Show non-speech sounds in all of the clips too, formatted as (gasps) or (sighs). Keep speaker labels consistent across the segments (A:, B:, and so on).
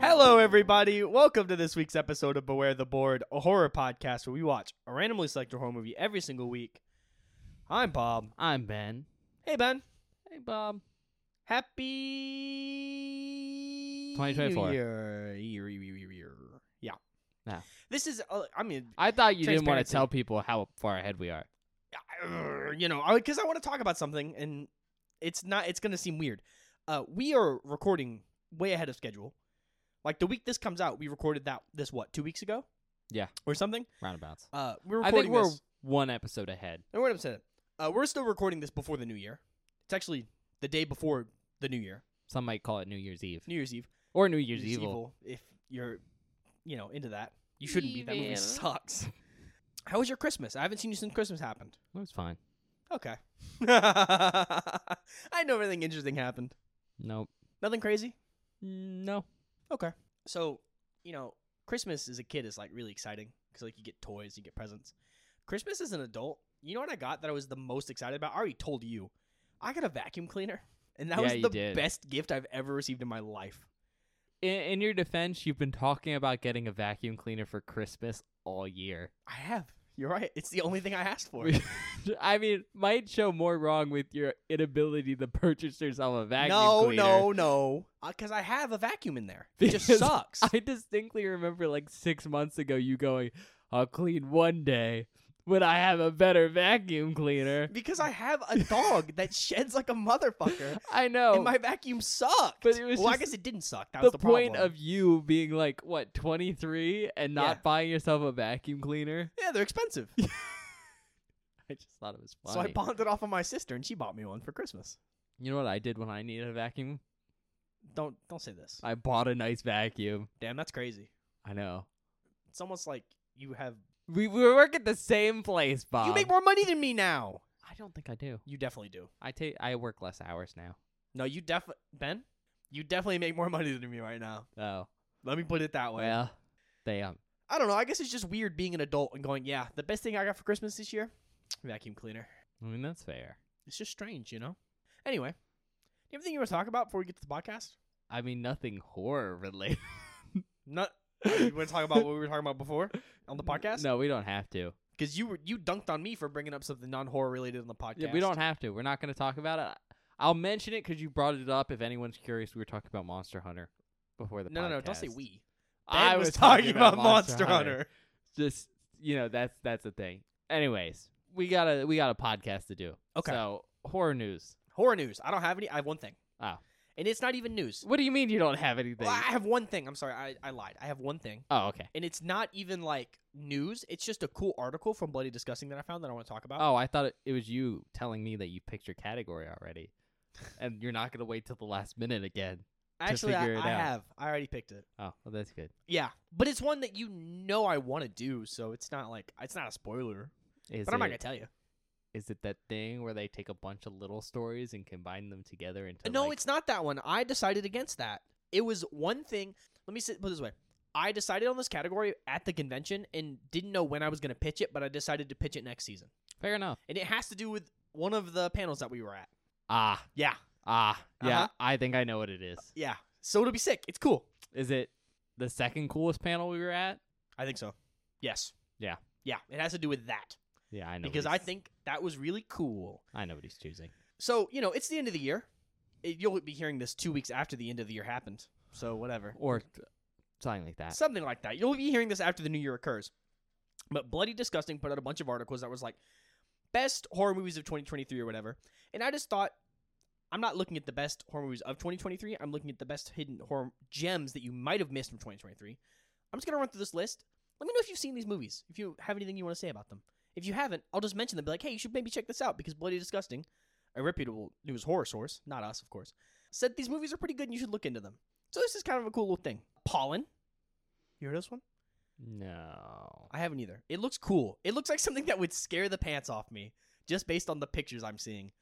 A: Hello, everybody. Welcome to this week's episode of Beware the Board, a horror podcast where we watch a randomly selected horror movie every single week. I'm Bob.
B: I'm Ben.
A: Hey, Ben.
B: Hey, Bob.
A: Happy
B: 2024.
A: Year. Year, year, year, year. Yeah.
B: Yeah.
A: This is, uh, I mean,
B: I thought you didn't want to
A: Transparency.
B: tell people how far ahead we are.
A: I- uh, you know, because I, want to talk about something, and it's not. It's going to seem weird. Uh, we are recording way ahead of schedule. Like the week this comes out, we recorded that this what two weeks ago?
B: Yeah.
A: or something.
B: Roundabouts.
A: Uh, we're
B: I
A: recording
B: think we're
A: this.
B: one episode ahead.
A: And what I'm saying, uh, we're still recording this before the new year. It's actually the day before the new year,
B: Some might call it New Year's Eve
A: New Year's Eve.
B: or New Year's,
A: Year's
B: Evil.
A: If you're, you know, into that, you shouldn't be. That movie
B: Evil.
A: sucks. How was your Christmas? I haven't seen you since Christmas happened.
B: It was fine. (laughs)
A: Okay. (laughs) I know everything interesting happened.
B: Nope.
A: Nothing crazy.
B: Mm, No.
A: Okay. So, you know, Christmas as a kid is like really exciting because like you get toys, you get presents. Christmas as an adult, you know what I got that I was the most excited about? I already told you. I got a vacuum cleaner, and that
B: Yeah,
A: was
B: you
A: the
B: did.
A: best gift I've ever received in my life.
B: In, in your defense, you've been talking about getting a vacuum cleaner for Christmas all year. (laughs)
A: I have. You're right. It's the only thing I asked for.
B: I mean, might show more wrong with your inability to purchase yourself a vacuum
A: no,
B: cleaner.
A: no, no, Because I have a vacuum in there. It
B: (laughs)
A: just
B: Because
A: sucks.
B: I distinctly remember like six months ago you going, I'll clean one day when I have a better vacuum cleaner.
A: because I have a dog that sheds like a motherfucker. (laughs)
B: I know.
A: and my vacuum sucked.
B: Oh. But it was
A: well, I
B: just
A: guess it didn't suck. That
B: the,
A: was the
B: point
A: problem.
B: of you being like what 23 and not
A: Yeah.
B: buying yourself a vacuum cleaner (laughs)
A: yeah, they're expensive.
B: i just thought it was funny
A: So I pawned it off on my sister, and she bought me one for Christmas.
B: you know what i did when i needed a vacuum
A: Don't don't say this.
B: i bought a nice vacuum
A: Damn, that's crazy.
B: i know
A: It's almost like you have
B: we, we work at the same place bob
A: you make more money than me now.
B: i don't think i do
A: You definitely do.
B: i take i work less hours now
A: No, you definitely Ben. You definitely make more (laughs) money than me right now.
B: oh
A: Let me put it that way.
B: well um, damn
A: I don't know. I guess it's just weird being an adult and going, yeah, the best thing I got for Christmas this year, vacuum cleaner.
B: i mean that's fair
A: It's just strange, you know. Anyway, do you have anything you want to talk about before we get to the podcast?
B: i mean nothing horror related
A: Not. (laughs) you want to talk about what we were talking about before on (laughs) the podcast?
B: (laughs) no we don't have to
A: because you were you dunked on me for bringing up something non horror related on the podcast.
B: Yeah, we don't have to. We're not going to talk about it. I'll mention it because you brought it up. If anyone's curious, we were talking about Monster Hunter before the
A: no,
B: podcast.
A: no, no. Don't say we.
B: I
A: Ben was, talking about Monster Hunter.
B: Just you know, that's that's the thing. Anyways, we got a we got a podcast to do.
A: Okay.
B: So horror news.
A: Horror news. I don't have any. I have one thing.
B: Oh.
A: And it's not even news.
B: What do you mean you don't have anything?
A: Well, I have one thing. I'm sorry. I, I lied. I have one thing.
B: oh, okay.
A: And it's not even like news. It's just a cool article from Bloody Disgusting that I found that I want to talk about.
B: Oh, I thought it, it was you telling me that you picked your category already, and you're not gonna wait till the last minute again.
A: Actually, I,
B: figure it
A: I
B: out.
A: have. I already picked it.
B: Oh, well, that's good.
A: Yeah, but it's one that you know I want to do, so it's not like it's not a spoiler.
B: Is
A: but I'm not
B: it-
A: gonna tell you.
B: Is it that thing where they take a bunch of little stories and combine them together into
A: no,
B: like,
A: it's not that one. I decided against that. It was one thing. Let me say, put it this way. I decided on this category at the convention and didn't know when I was going to pitch it, but I decided to pitch it next season.
B: fair enough.
A: And it has to do with one of the panels that we were at.
B: Ah,
A: Yeah.
B: ah, yeah.
A: Uh-huh.
B: I think I know what it is.
A: Yeah. So it'll be sick. It's cool.
B: Is it the second coolest panel we were at?
A: I think so. Yes.
B: Yeah.
A: Yeah. It has to do with that
B: Yeah, I know. what
A: because
B: he's-
A: I think that was really cool.
B: I know what he's choosing.
A: So, you know, it's the end of the year. It, you'll be hearing this two weeks after the end of the year happened. So, whatever.
B: Or t- something like that.
A: something like that. You'll be hearing this after the new year occurs. But Bloody Disgusting put out a bunch of articles that was like best horror movies of 2023 or whatever. And I just thought I'm not looking at the best horror movies of 2023. I'm looking at the best hidden horror gems that you might have missed from 2023. I'm just going to run through this list. Let me know if you've seen these movies. If you have anything you want to say about them. If you haven't, I'll just mention them be like, "Hey, you should maybe check this out because Bloody Disgusting, a reputable news horror source, not us, of course, said these movies are pretty good and you should look into them." So this is kind of a cool little thing. Pollen you heard this one?
B: no.
A: I haven't either. It looks cool. It looks like something that would scare the pants off me just based on the pictures I'm seeing.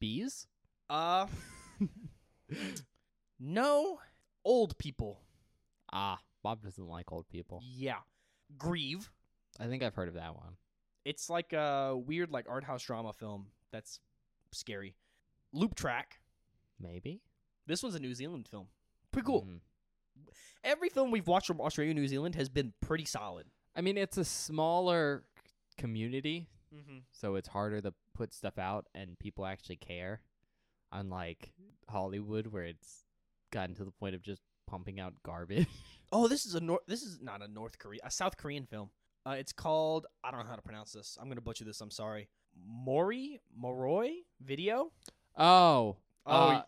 B: Bees?
A: Uh, no. Old people.
B: Ah, Bob doesn't like old people.
A: Yeah. Grieve.
B: I think I've heard of that one.
A: It's like a weird, like, art house drama film that's scary. Loop Track.
B: Maybe.
A: This one's a New Zealand film. Pretty cool.
B: Mhm.
A: every film we've watched from Australia and New Zealand has been pretty solid.
B: I mean, it's a smaller c- community,
A: Mm-hmm.
B: so it's harder to put stuff out and people actually care. Unlike Hollywood, where it's gotten to the point of just pumping out garbage. (laughs)
A: Oh, this is a North. This is not a North Korea, a South Korean film. Uh, it's called I don't know how to pronounce this. I'm gonna butcher this. I'm sorry. Mori Moroi video.
B: Oh,
A: Oh,
B: uh,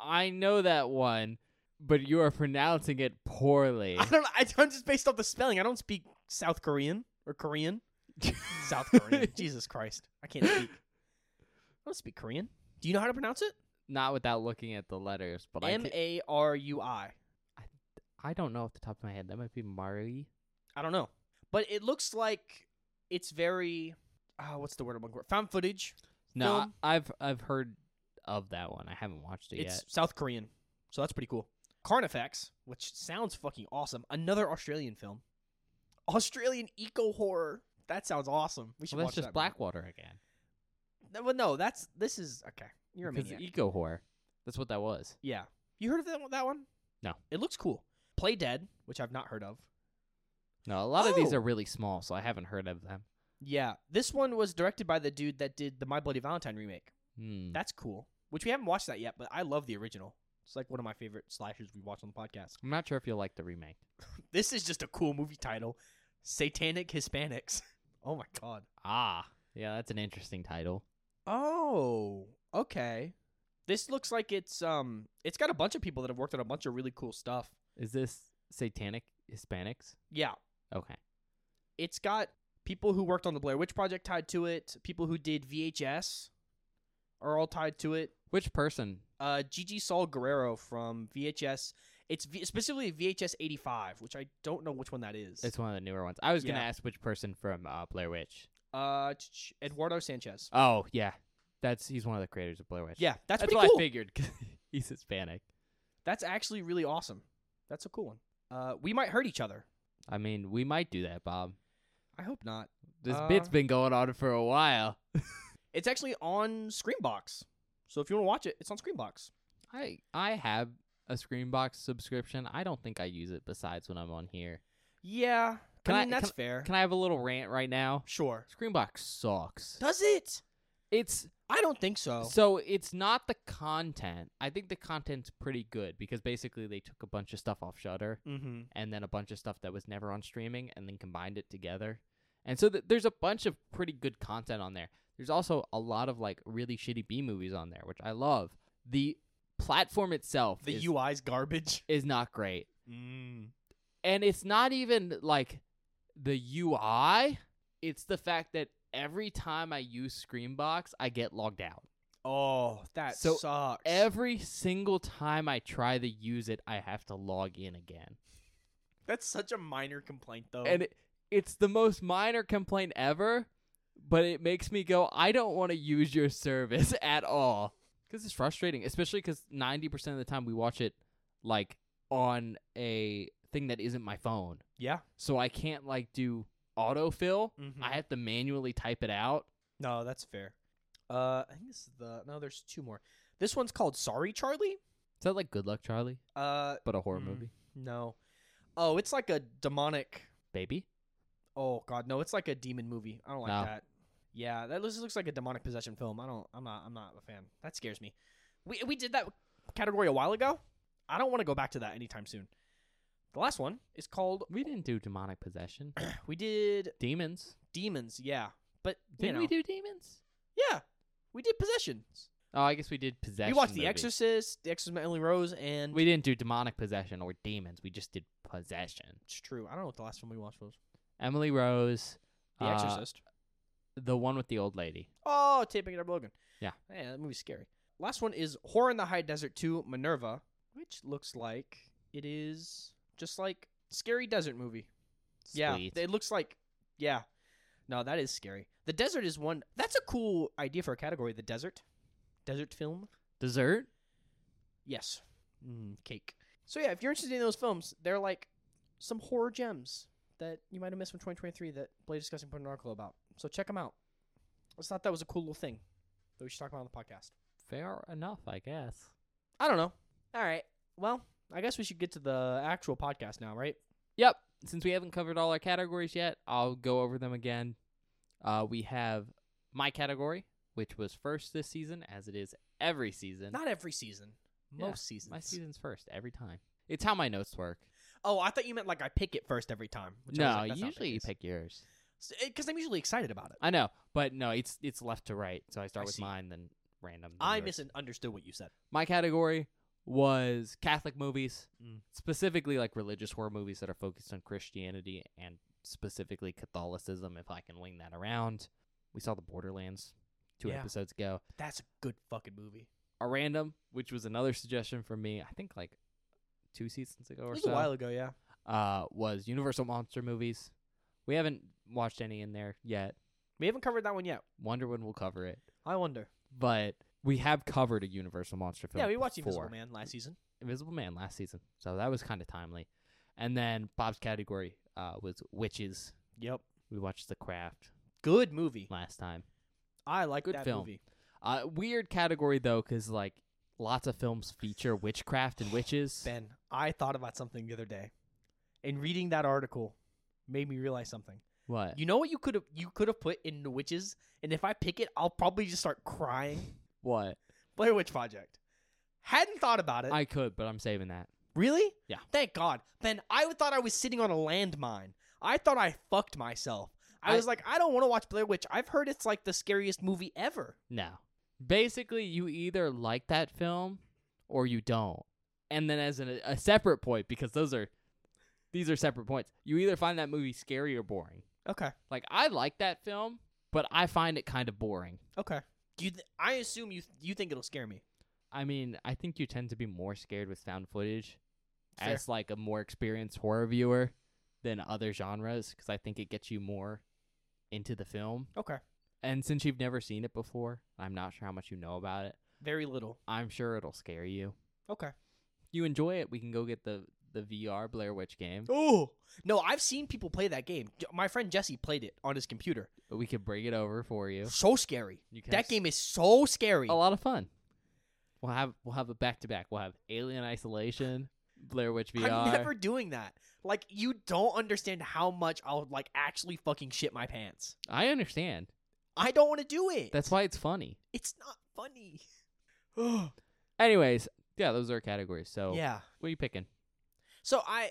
B: I know that one, but you are pronouncing it (laughs)
A: (laughs)
B: poorly.
A: I don't. know. I don't just based off the spelling. I don't speak South Korean or Korean. South Korean. Jesus Christ, I can't speak. I don't speak Korean. Do you know how to pronounce it?
B: (laughs) Not without looking at the letters, but I
A: M
B: can-
A: A R U I.
B: I don't know off the top of my head. That might be Mari.
A: I don't know, but it looks like it's very. Uh, what's the word I'm looking for? Found footage.
B: No,
A: Film.
B: I- I've I've heard of that one. I haven't watched it
A: It's
B: yet.
A: South Korean, so that's pretty cool. Carnifex, which sounds fucking awesome. Another Australian film. Australian eco horror. That sounds awesome. We should
B: Well,
A: watch
B: that's
A: that
B: just
A: movie.
B: Blackwater again.
A: No, Well, no, that's this is okay. You're a
B: Because e-
A: maniac.
B: eco whore. That's what that was.
A: Yeah. You heard of that one- that one?
B: No.
A: It looks cool. Play Dead, which I've not heard of.
B: No, a lot of these
A: Oh!
B: are really small, so I haven't heard of them.
A: Yeah. This one was directed by the dude that did the My Bloody Valentine remake.
B: Hmm.
A: That's cool. Which we haven't watched that yet, but I love the original. It's like one of my favorite slashers we watch on the podcast.
B: I'm not sure if you'll like the remake.
A: This is just a cool movie title. Satanic Hispanics. (laughs) Oh my god.
B: Ah, yeah, that's an interesting title.
A: Oh, okay. This looks like it's um it's got a bunch of people that have worked on a bunch of really cool stuff.
B: Is this Satanic Hispanics?
A: Yeah.
B: Okay.
A: It's got people who worked on the Blair Witch Project tied to it, people who did VHS are all tied to it.
B: Which person?
A: Uh Gigi Saul Guerrero from VHS. It's v- specifically VHS 85, which I don't know which one that is.
B: It's one of the newer ones. I was gonna
A: Yeah.
B: ask which person from uh, Blair Witch.
A: Uh, ch- ch- Eduardo Sanchez.
B: Oh yeah, that's he's one of the creators of Blair Witch.
A: Yeah, that's,
B: that's
A: pretty
B: what
A: cool.
B: I figured. (laughs) 'cause he's Hispanic.
A: That's actually really awesome. That's a cool one. Uh, we might hurt each other.
B: I mean, we might do that, Bob.
A: I hope not.
B: This
A: Uh,
B: bit's been going on for a while.
A: It's actually on Screenbox, so if you want to watch it, it's on Screenbox.
B: I I have a Screenbox subscription. I don't think I use it besides when I'm on here.
A: Yeah,
B: Can
A: I
B: I-
A: mean that's fair.
B: Can I have a little rant right now?
A: sure.
B: Screenbox sucks.
A: Does it?
B: It's
A: I don't think so.
B: so it's not the content. I think the content's pretty good because basically they took a bunch of stuff off Shutter
A: mm-hmm.
B: and then a bunch of stuff that was never on streaming and then combined it together. And so th- there's a bunch of pretty good content on there. There's also a lot of like really shitty B movies on there, which I love. The platform itself
A: The
B: is,
A: UI's garbage.
B: is not great.
A: Mm.
B: And it's not even like the UI, it's the fact that every time I use Screenbox, I get logged out.
A: Oh, that
B: So,
A: sucks.
B: Every single time I try to use it, I have to log in again.
A: that's such a minor complaint, though.
B: and it, it's the most minor complaint ever, but it makes me go, I don't want to use your service (laughs) at all because it's frustrating, especially because ninety percent of the time we watch it like on a thing that isn't my phone,
A: yeah.
B: so I can't like do autofill.
A: Mm-hmm.
B: I have to manually type it out.
A: no, that's fair. Uh, I think this is the no. There's two more. This one's called Sorry, Charlie.
B: Is that like Good Luck Charlie,
A: Uh,
B: but a horror
A: Mm.
B: movie?
A: No. Oh, it's like a demonic.
B: Baby,
A: Oh God, no! It's like a demon movie. I don't like
B: No.
A: that. Yeah, that looks, looks like a demonic possession film. I don't. I'm not. I'm not a fan. That scares me. We we did that category a while ago. I don't want to go back to that anytime soon. The last one is
B: (laughs)
A: called.
B: we didn't do demonic possession.
A: We did
B: (coughs) Demons?
A: demons. Yeah, but you
B: Didn't
A: know,
B: we do demons?
A: Yeah, we did possessions.
B: Oh, I guess we did possession.
A: we watched
B: movie.
A: The Exorcist, The Exorcist of Emily Rose, and
B: We didn't do demonic possession or demons. We just did possession.
A: it's true. I don't know what the last one we watched was.
B: Emily Rose,
A: The
B: uh,
A: Exorcist.
B: the one with the old lady.
A: Oh, taping it up Logan.
B: Yeah.
A: Man, that movie's scary. Last one is Horror in the High Desert 2 Minerva, which looks like it is just like scary desert movie. Yeah.
B: Sweet.
A: It looks like yeah. No, that is scary. The desert is one that's a cool idea for a category, the desert. Desert film?
B: Dessert?
A: Yes. Mm, cake. So yeah, if you're interested in those films, they're like some horror gems that you might have missed from 2023 that Blade Discussing put an article about. So check them out. I just thought that was a cool little thing that we should talk about on the podcast.
B: Fair enough, I guess.
A: I don't know. All right. Well, I guess we should get to the actual podcast now, right?
B: Yep. Since we haven't covered all our categories yet, I'll go over them again. Uh, we have my category, which was first this season, as it is every season.
A: Not every season.
B: Yeah,
A: Most seasons.
B: my season's first every time. It's how my notes work.
A: Oh, I thought you meant like I pick it first every time. which I was
B: no,
A: like, that's not the
B: usually you
A: case.
B: pick yours.
A: because eh, I'm usually excited about it.
B: I know, but no, it's it's left to right. So I
A: I
B: start with
A: see.
B: mine, then random. then
A: I
B: yours.
A: misunderstood what you said.
B: My category was Catholic movies,
A: Mm.
B: specifically like religious horror movies that are focused on Christianity and specifically Catholicism. If I can wing that around, we saw the Borderlands two
A: Yeah.
B: episodes ago.
A: That's a good fucking movie.
B: A random, which was another suggestion from me. I think like two seasons ago
A: It
B: or
A: was
B: so.
A: a while ago, yeah.
B: uh, was Universal Monster movies. We haven't watched any in there yet.
A: We haven't covered that one yet.
B: Wonder when we'll cover it,
A: I wonder.
B: but we have covered a Universal Monster film.
A: yeah, we watched
B: before.
A: Invisible Man last season.
B: Invisible Man last season, so that was kind of timely. And then Bob's category uh, was witches.
A: Yep.
B: We watched The Craft
A: Good movie.
B: last time.
A: I like
B: Good
A: that
B: film.
A: movie.
B: Uh, weird category though, 'cause like lots of films feature witchcraft and witches.
A: (sighs) Ben, I thought about something the other day, and reading that article made me realize something.
B: What?
A: You know what you could have you could have put in the witches, and if I pick it, I'll probably just start crying. (laughs)
B: what?
A: Blair Witch Project. Hadn't thought about it.
B: I could, but I'm saving that.
A: Really?
B: Yeah.
A: Thank God. Ben, I thought I was sitting on a landmine. I thought I fucked myself. I,
B: I-
A: was like, I don't want to watch Blair Witch. I've heard it's like the scariest movie ever.
B: No. Basically, you either like that film or you don't. And then as an, a separate point, because those are these are separate points. You either find that movie scary or boring.
A: Okay.
B: Like I like that film, but I find it kind of boring.
A: Okay. Do you th- I assume you you think it'll scare me.
B: I mean, I think you tend to be more scared with found footage
A: Fair.
B: as like a more experienced horror viewer than other genres because I think it gets you more into the film.
A: Okay.
B: And since you've never seen it before, I'm not sure how much you know about it.
A: Very little.
B: I'm sure it'll scare you.
A: Okay.
B: you enjoy it, we can go get the the VR Blair Witch game.
A: Oh no! I've seen people play that game. J- My friend Jesse played it on his computer.
B: But we could bring it over for you.
A: So scary.
B: You can have
A: That
B: s-
A: game is so scary.
B: a lot of fun. We'll have we'll have a back to back. We'll have Alien Isolation, Blair Witch VR.
A: I'm never doing that. Like you don't understand how much I'll like actually fucking shit my pants.
B: I understand.
A: I don't want to do it.
B: That's why it's funny.
A: It's not funny. (gasps) yeah.
B: Anyways, yeah, those are our categories. So what are you picking?
A: So I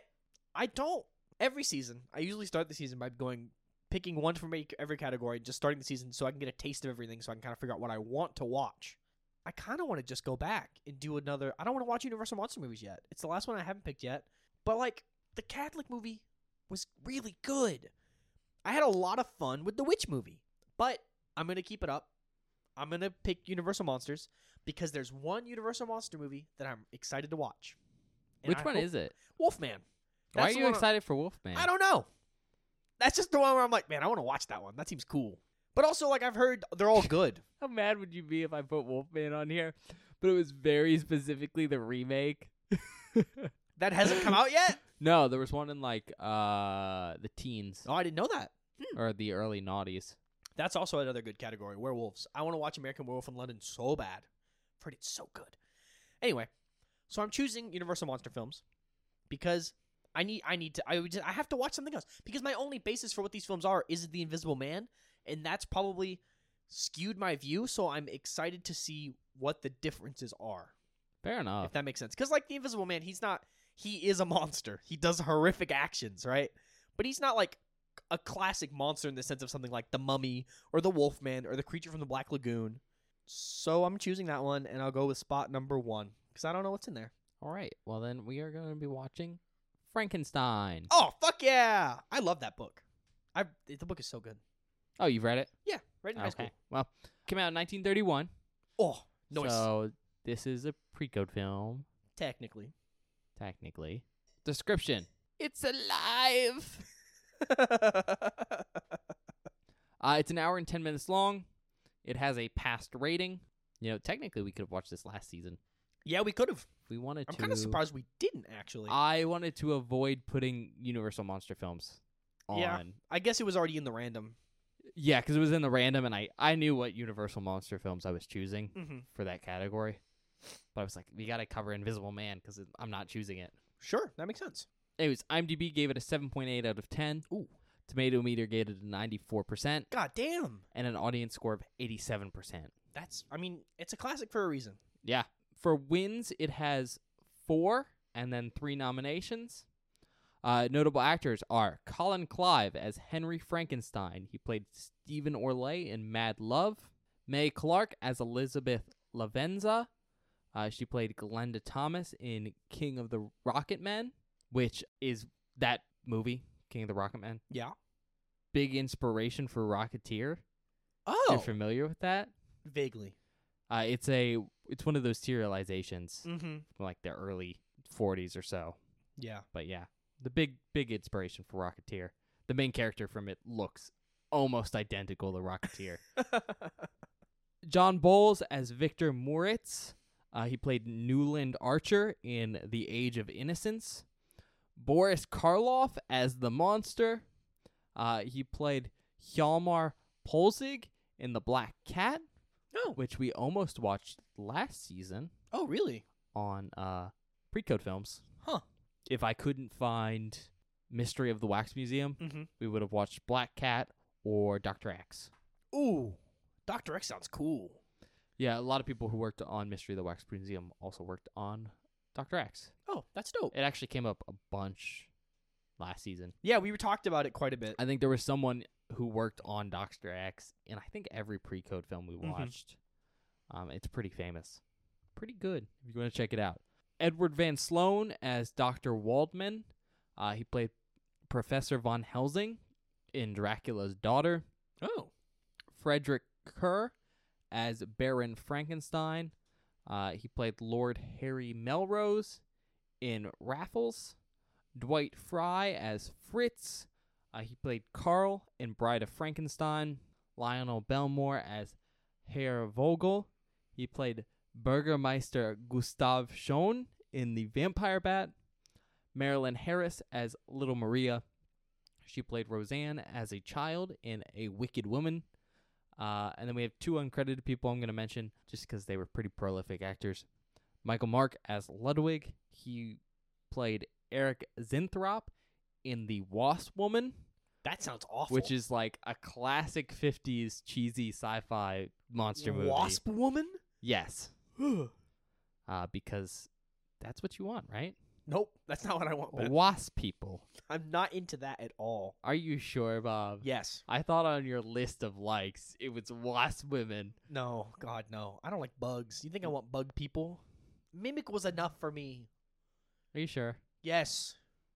A: I don't every season. I usually start the season by going picking one from e- every category, just starting the season so I can get a taste of everything so I can kind of figure out what I want to watch. I kind of want to just go back and do another. I don't want to watch Universal Monster movies yet. It's the last one I haven't picked yet. But like the Catholic movie was really good. I had a lot of fun with the witch movie. But I'm going to keep it up. I'm going to pick Universal Monsters because there's one Universal Monster movie that I'm excited to watch. And
B: Which
A: I
B: one
A: hope-
B: is it?
A: Wolfman.
B: Why are
A: That's the
B: you
A: one I-
B: excited for Wolfman?
A: I don't know. That's just the one where I'm like, man, I want to watch that one. That seems cool. But also, like, I've heard they're all good.
B: How mad would you be if I put Wolfman on here? But it was very specifically the remake.
A: that hasn't come out yet.
B: No, there was one in like uh the teens
A: (laughs) Oh, I didn't know that.
B: or the early noughties.
A: That's also another good category. Werewolves. I want to watch American Werewolf in London so bad. I've heard it's so good. Anyway, so I'm choosing Universal Monster films because I need I need to I would just, I have to watch something else because my only basis for what these films are is The Invisible Man, and that's probably skewed my view. So I'm excited to see what the differences are.
B: Fair enough.
A: if that makes sense. Because like the Invisible Man, he's not. He is a monster. He does horrific actions, right? But he's not like a classic monster in the sense of something like the Mummy or the Wolfman or the Creature from the Black Lagoon. So I'm choosing that one, and I'll go with spot number one because I don't know what's in there.
B: All right. Well, then we are going to be watching Frankenstein. Oh,
A: Oh fuck yeah! I love that book. I the book is so good.
B: Oh, you've read it?
A: Yeah, right in high school.
B: Well, came out in 1931.
A: Oh, noise.
B: So this is a pre-code film,
A: Technically, (laughs)
B: technically. Description: It's alive. Uh, it's an hour and ten minutes long. It has a past rating. You know, technically, we could have watched this last season.
A: yeah, we could have.
B: If we wanted
A: I'm
B: to.
A: kind of surprised we didn't actually.
B: I wanted to avoid putting Universal monster films on.
A: Yeah. I guess it was already in the random.
B: Yeah, because it was in the random, and I I knew what Universal monster films I was choosing
A: Mm-hmm.
B: for that category. But I was like, we gotta cover Invisible Man because I'm not choosing it.
A: Sure, that makes sense.
B: Anyways, IMDb gave it a 7.8 out of 10.
A: Ooh.
B: Tomato meter gave it a 94%
A: God damn,
B: and an audience score of 87%.
A: that's. I mean, it's a classic for a reason.
B: Yeah. For wins, it has four and then three nominations. Uh, notable actors are Colin Clive as Henry Frankenstein. He played Stephen Orley in Mad Love. Mae Clark as Elizabeth Lavenza. Uh, she played Glenda Thomas in King of the Rocket Men, which is that movie, King of the Rocket Men.
A: Yeah.
B: Big inspiration for Rocketeer. You're
A: Oh,
B: familiar with that?
A: vaguely.
B: Uh, it's a it's one of those serializations
A: Mm-hmm.
B: from like the early 40s or so.
A: Yeah.
B: But yeah, the big big inspiration for Rocketeer. The main character from it looks almost identical to Rocketeer. John Bowles as Victor Moritz. Uh, he played Newland Archer in The Age of Innocence. Boris Karloff as the monster. Uh, he played Hjalmar Polzig in The Black Cat,
A: oh.
B: which we almost watched last season
A: (laughs) Oh, really?
B: on uh pre-code films.
A: Huh.
B: If I couldn't find Mystery of the Wax Museum,
A: Mm-hmm.
B: we would have watched Black Cat or Doctor X.
A: Ooh, Doctor X sounds cool.
B: Yeah, a lot of people who worked on Mystery of the Wax Museum also worked on Doctor X.
A: Oh, that's dope.
B: It actually came up a bunch last season.
A: Yeah, we talked about it quite a bit.
B: I think there was someone who worked on Doctor X in I think every pre-code film we
A: Mhm.
B: watched. Um, it's pretty famous, pretty good. If you want to check it out, Edward Van Sloan as Doctor Waldman. Uh, he played Professor von Helsing in Dracula's Daughter.
A: Oh,
B: Frederick Kerr as Baron Frankenstein. Uh, he played Lord Harry Melrose in Raffles. Dwight Fry as Fritz. Uh, he played Carl in Bride of Frankenstein. Lionel Belmore as Herr Vogel. He played Burgermeister Gustav Schoen in The Vampire Bat. Marilyn Harris as Little Maria. She played Roseanne as a child in A Wicked Woman. Uh, and then we have two uncredited people I'm going to mention just because they were pretty prolific actors. Michael Mark as Ludwig. He played Eric Zinthrop in The Wasp Woman,
A: that sounds awful.
B: which is like a classic 50s cheesy sci fi monster movie.
A: Wasp Woman? (gasps)
B: Yes.
A: nope,
B: Uh, because that's what you want, right?
A: that's not what I want. but
B: Wasp people.
A: I'm not into that at all.
B: Are you sure, Bob?
A: Yes.
B: I thought on your list of likes it was wasp women.
A: No, God, no. I don't like bugs. You think I want bug people? Mimic was enough for me.
B: Are you sure?
A: Yes.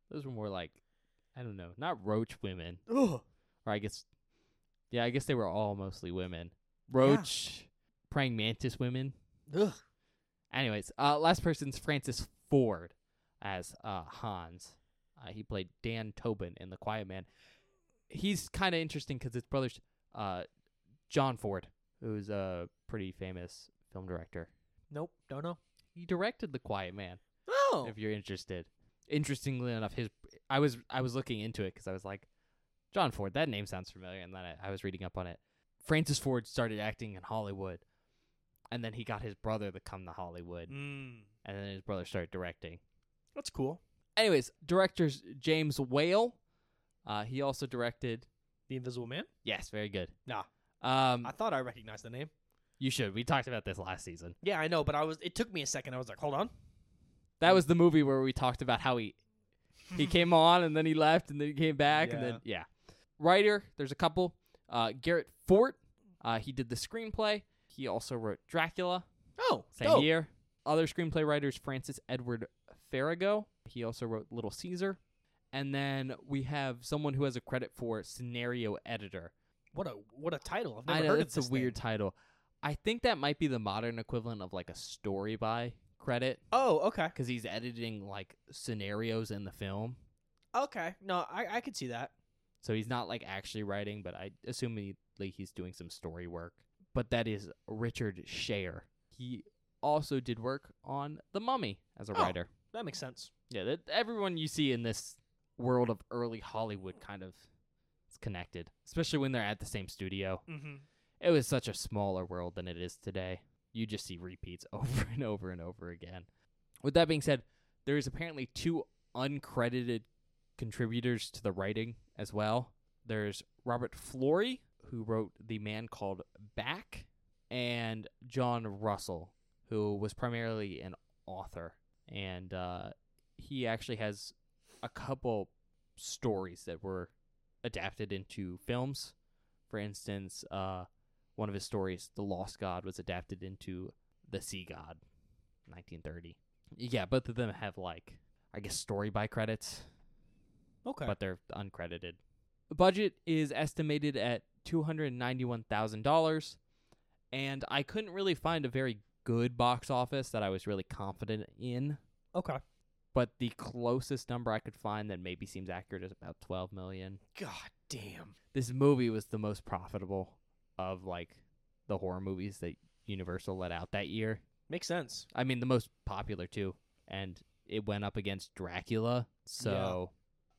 B: Those were more like, I don't know, not roach women.
A: Ugh.
B: or I guess, yeah, I guess they were all mostly women. Roach, praying mantis women.
A: Ugh.
B: Anyways, uh, last person's Francis Ford as uh, Hans. Uh, he played Dan Tobin in The Quiet Man. He's kind of interesting because his brother's uh, John Ford, who's a pretty famous film director.
A: Nope. Don't know.
B: He directed The Quiet Man
A: Oh.
B: if you're interested. Interestingly enough, his I was I was looking into it because I was like, John Ford, that name sounds familiar, and then I, I was reading up on it. Francis Ford started acting in Hollywood, and then he got his brother to come to Hollywood,
A: Mm.
B: and then his brother started directing.
A: That's cool.
B: Anyways, directors James Whale, uh, he also directed.
A: The Invisible Man?
B: Yes, very good.
A: Nah.
B: um,
A: I thought I recognized the name.
B: you should. We talked about this last season.
A: Yeah, I know, but I was. It took me a second. I was like, hold on.
B: That was the movie where we talked about how he
A: (laughs)
B: he came on and then he left and then he came back and then yeah. Writer, there's a couple. Uh, Garrett Fort, uh, he did the screenplay. He also wrote Dracula
A: Oh,
B: same
A: dope.
B: year. Other screenplay writers Francis Edward Farrago. He also wrote Little Caesar. And then we have someone who has a credit for scenario editor.
A: What a what a title! I've never
B: I know
A: heard
B: that's
A: of this
B: a weird
A: thing.
B: title. I think that might be the modern equivalent of like a story by credit
A: Oh, okay,
B: because he's editing like scenarios in the film.
A: okay. No, I I could see that.
B: So he's not like actually writing, but I assume he, like he's doing some story work. But that is Richard Scher. He also did work on The Mummy as a
A: Oh.
B: writer.
A: That makes sense.
B: Yeah, that everyone you see in this world of early Hollywood kind of is connected, especially when they're at the same studio.
A: Mm-hmm.
B: It was such a smaller world than it is today. you just see repeats (laughs) over and over and over again. With that being said, there is apparently two uncredited contributors to the writing as well. There's Robert Flory, who wrote The Man Called Back, and John Russell, who was primarily an author. And uh, he actually has a couple stories that were adapted into films. For instance, uh, one of his stories, The Lost God, was adapted into The Sea God, 1930. Yeah, both of them have, like, I guess, story by credits
A: Okay.
B: but they're uncredited. The budget is estimated at $291,000, and I couldn't really find a very good box office that I was really confident in,
A: okay.
B: but the closest number I could find that maybe seems accurate is about 12 million.
A: God damn.
B: This movie was the most profitable of like the horror movies that Universal let out that year.
A: Makes sense.
B: I mean, the most popular too, and it went up against Dracula. So,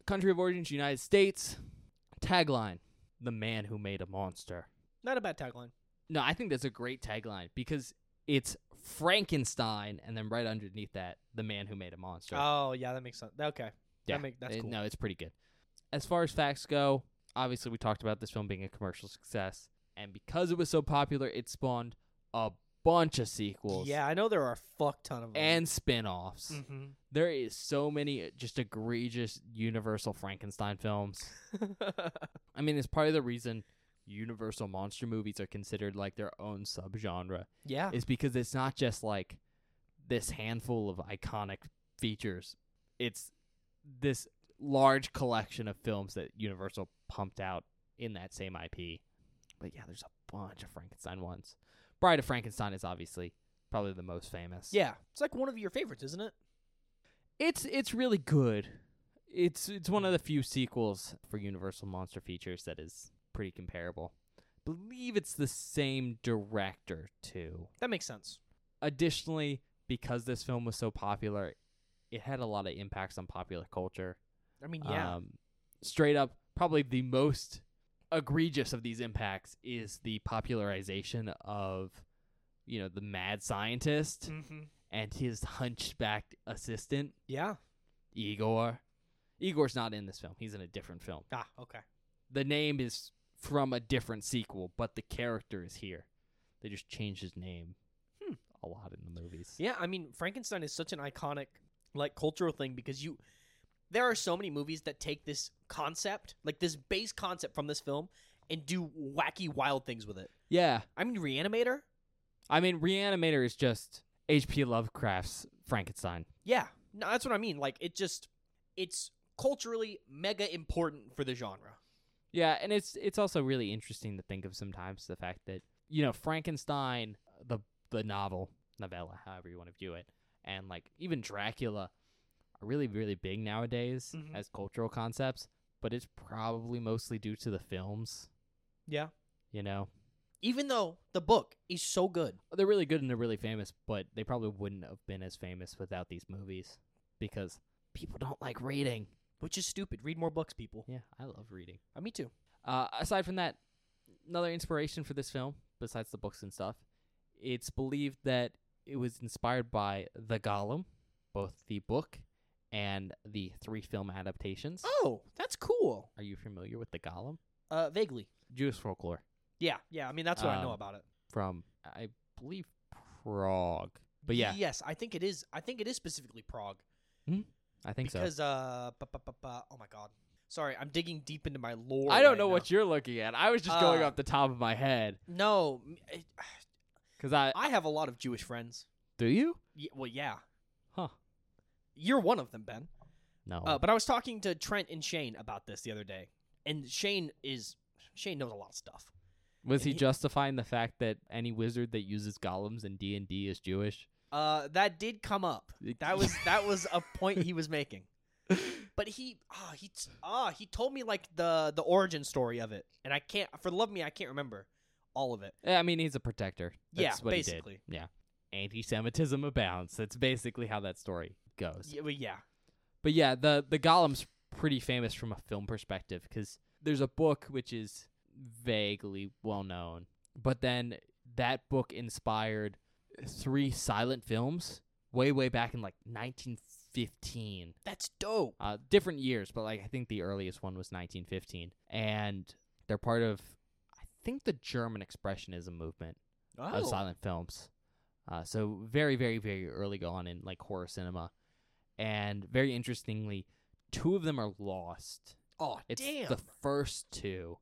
B: country of origins United States. Tagline: The man who made a monster.
A: Not a bad tagline.
B: No, I think that's a great tagline because it's Frankenstein, and then right underneath that, the man who made a monster.
A: Oh yeah, that makes sense. Okay.
B: Yeah.
A: That make, that's
B: Uh,
A: cool.
B: No, it's pretty good. As far as facts go, obviously we talked about this film being a commercial success, and because it was so popular, it spawned a bunch of sequels
A: Yeah, I know there are a fuck ton of them.
B: and
A: (laughs)
B: spin-offs.
A: Mhm.
B: there is so many uh, just egregious universal frankenstein films i mean it's part of the reason universal monster movies are considered like their own subgenre
A: (laughs) yeah.
B: is because it's not just like this handful of iconic features it's this large collection of films that universal pumped out in that same ip but yeah there's a bunch of frankenstein ones bride of frankenstein is obviously probably the most famous
A: Yeah. It's like one of your favorites, isn't it?
B: it's it's really good. It's it's one of the few sequels for Universal Monster Features that is pretty comparable. Believe it's the same director too.
A: That makes sense.
B: Additionally, because this film was so popular, it had a lot of impacts on popular culture.
A: I mean, yeah.
B: Um, straight up, probably the most egregious of these impacts is the popularization of, you know, the mad scientist
A: mm-hmm.
B: and his hunchbacked assistant.
A: Yeah.
B: Igor. Igor's not in this film. He's in a different film.
A: Ah, okay.
B: The name is from a different sequel, but the character is here. They just changed his name
A: Hmm.
B: a lot in the movies.
A: Yeah, I mean, Frankenstein is such an iconic, like, cultural thing because you. There are so many movies that take this concept, like this base concept from this film, and do wacky, wild things with it.
B: Yeah.
A: I mean, Reanimator?
B: I mean, Reanimator is just H.P. Lovecraft's Frankenstein.
A: Yeah. No, that's what I mean. Like, it just. It's culturally mega important for the genre.
B: Yeah, and it's it's also really interesting to think of sometimes the fact that you know Frankenstein, the the novel novella, however you want to view it, and like even Dracula are really really big nowadays
A: Mhm.
B: as cultural concepts, but it's probably mostly due to the films.
A: Yeah.
B: You know,
A: Even though the book is so good.
B: they're really good and they're really famous, but they probably wouldn't have been as famous without these movies because people don't like reading.
A: Which is stupid. Read more books, people.
B: Yeah, I love reading.
A: Uh, me too.
B: Uh, aside from that, another inspiration for this film, besides the books and stuff, it's believed that it was inspired by The Golem, both the book and the three film adaptations.
A: Oh, that's cool.
B: Are you familiar with The Golem?
A: Uh, vaguely.
B: Jewish folklore
A: Yeah, yeah. I mean, that's what I know
B: Um,
A: about it.
B: from, I believe, Prague. But yeah,
A: Yes, I think it is. I think it is specifically Prague
B: I think so.
A: because uh, bu- bu- bu- bu- oh my god. Sorry, I'm digging deep into my lore.
B: I don't
A: right
B: know
A: now.
B: what you're looking at. I was just going
A: Uh,
B: off the top of my head
A: No, m- it-
B: because I
A: I have a lot of Jewish friends.
B: do you?
A: Ye- well, yeah,
B: Huh?
A: you're one of them, Ben.
B: No.
A: Uh, but I was talking to Trent and Shane about this the other day, and Shane is Shane knows a lot of stuff.
B: was
A: and
B: he
A: he-
B: justifying the fact that any wizard that uses golems in D and D is Jewish?
A: Uh, that did come up. That
B: (laughs)
A: was that was a point he was making. But he ah he t- ah he told me like the the origin story of it, and I can't for the love of me I can't remember all of it.
B: Yeah, Eh, I mean, he's a protector. That's
A: yeah,
B: what
A: basically.
B: he did. Yeah. Anti-Semitism abounds. That's basically how that story goes.
A: Yeah, well, yeah.
B: But yeah, the the Golem's pretty famous from a film perspective because there's a book which is vaguely well known, but then that book inspired three silent films way way back in like 1915
A: That's dope.
B: uh, different years, but like I think the earliest one was 1915, and they're part of I think the German Expressionism movement
A: Oh.
B: of silent films. Uh, so very, very, very early on in like horror cinema, and very interestingly, two of them are lost.
A: Aw,
B: It's
A: damn.
B: the first two.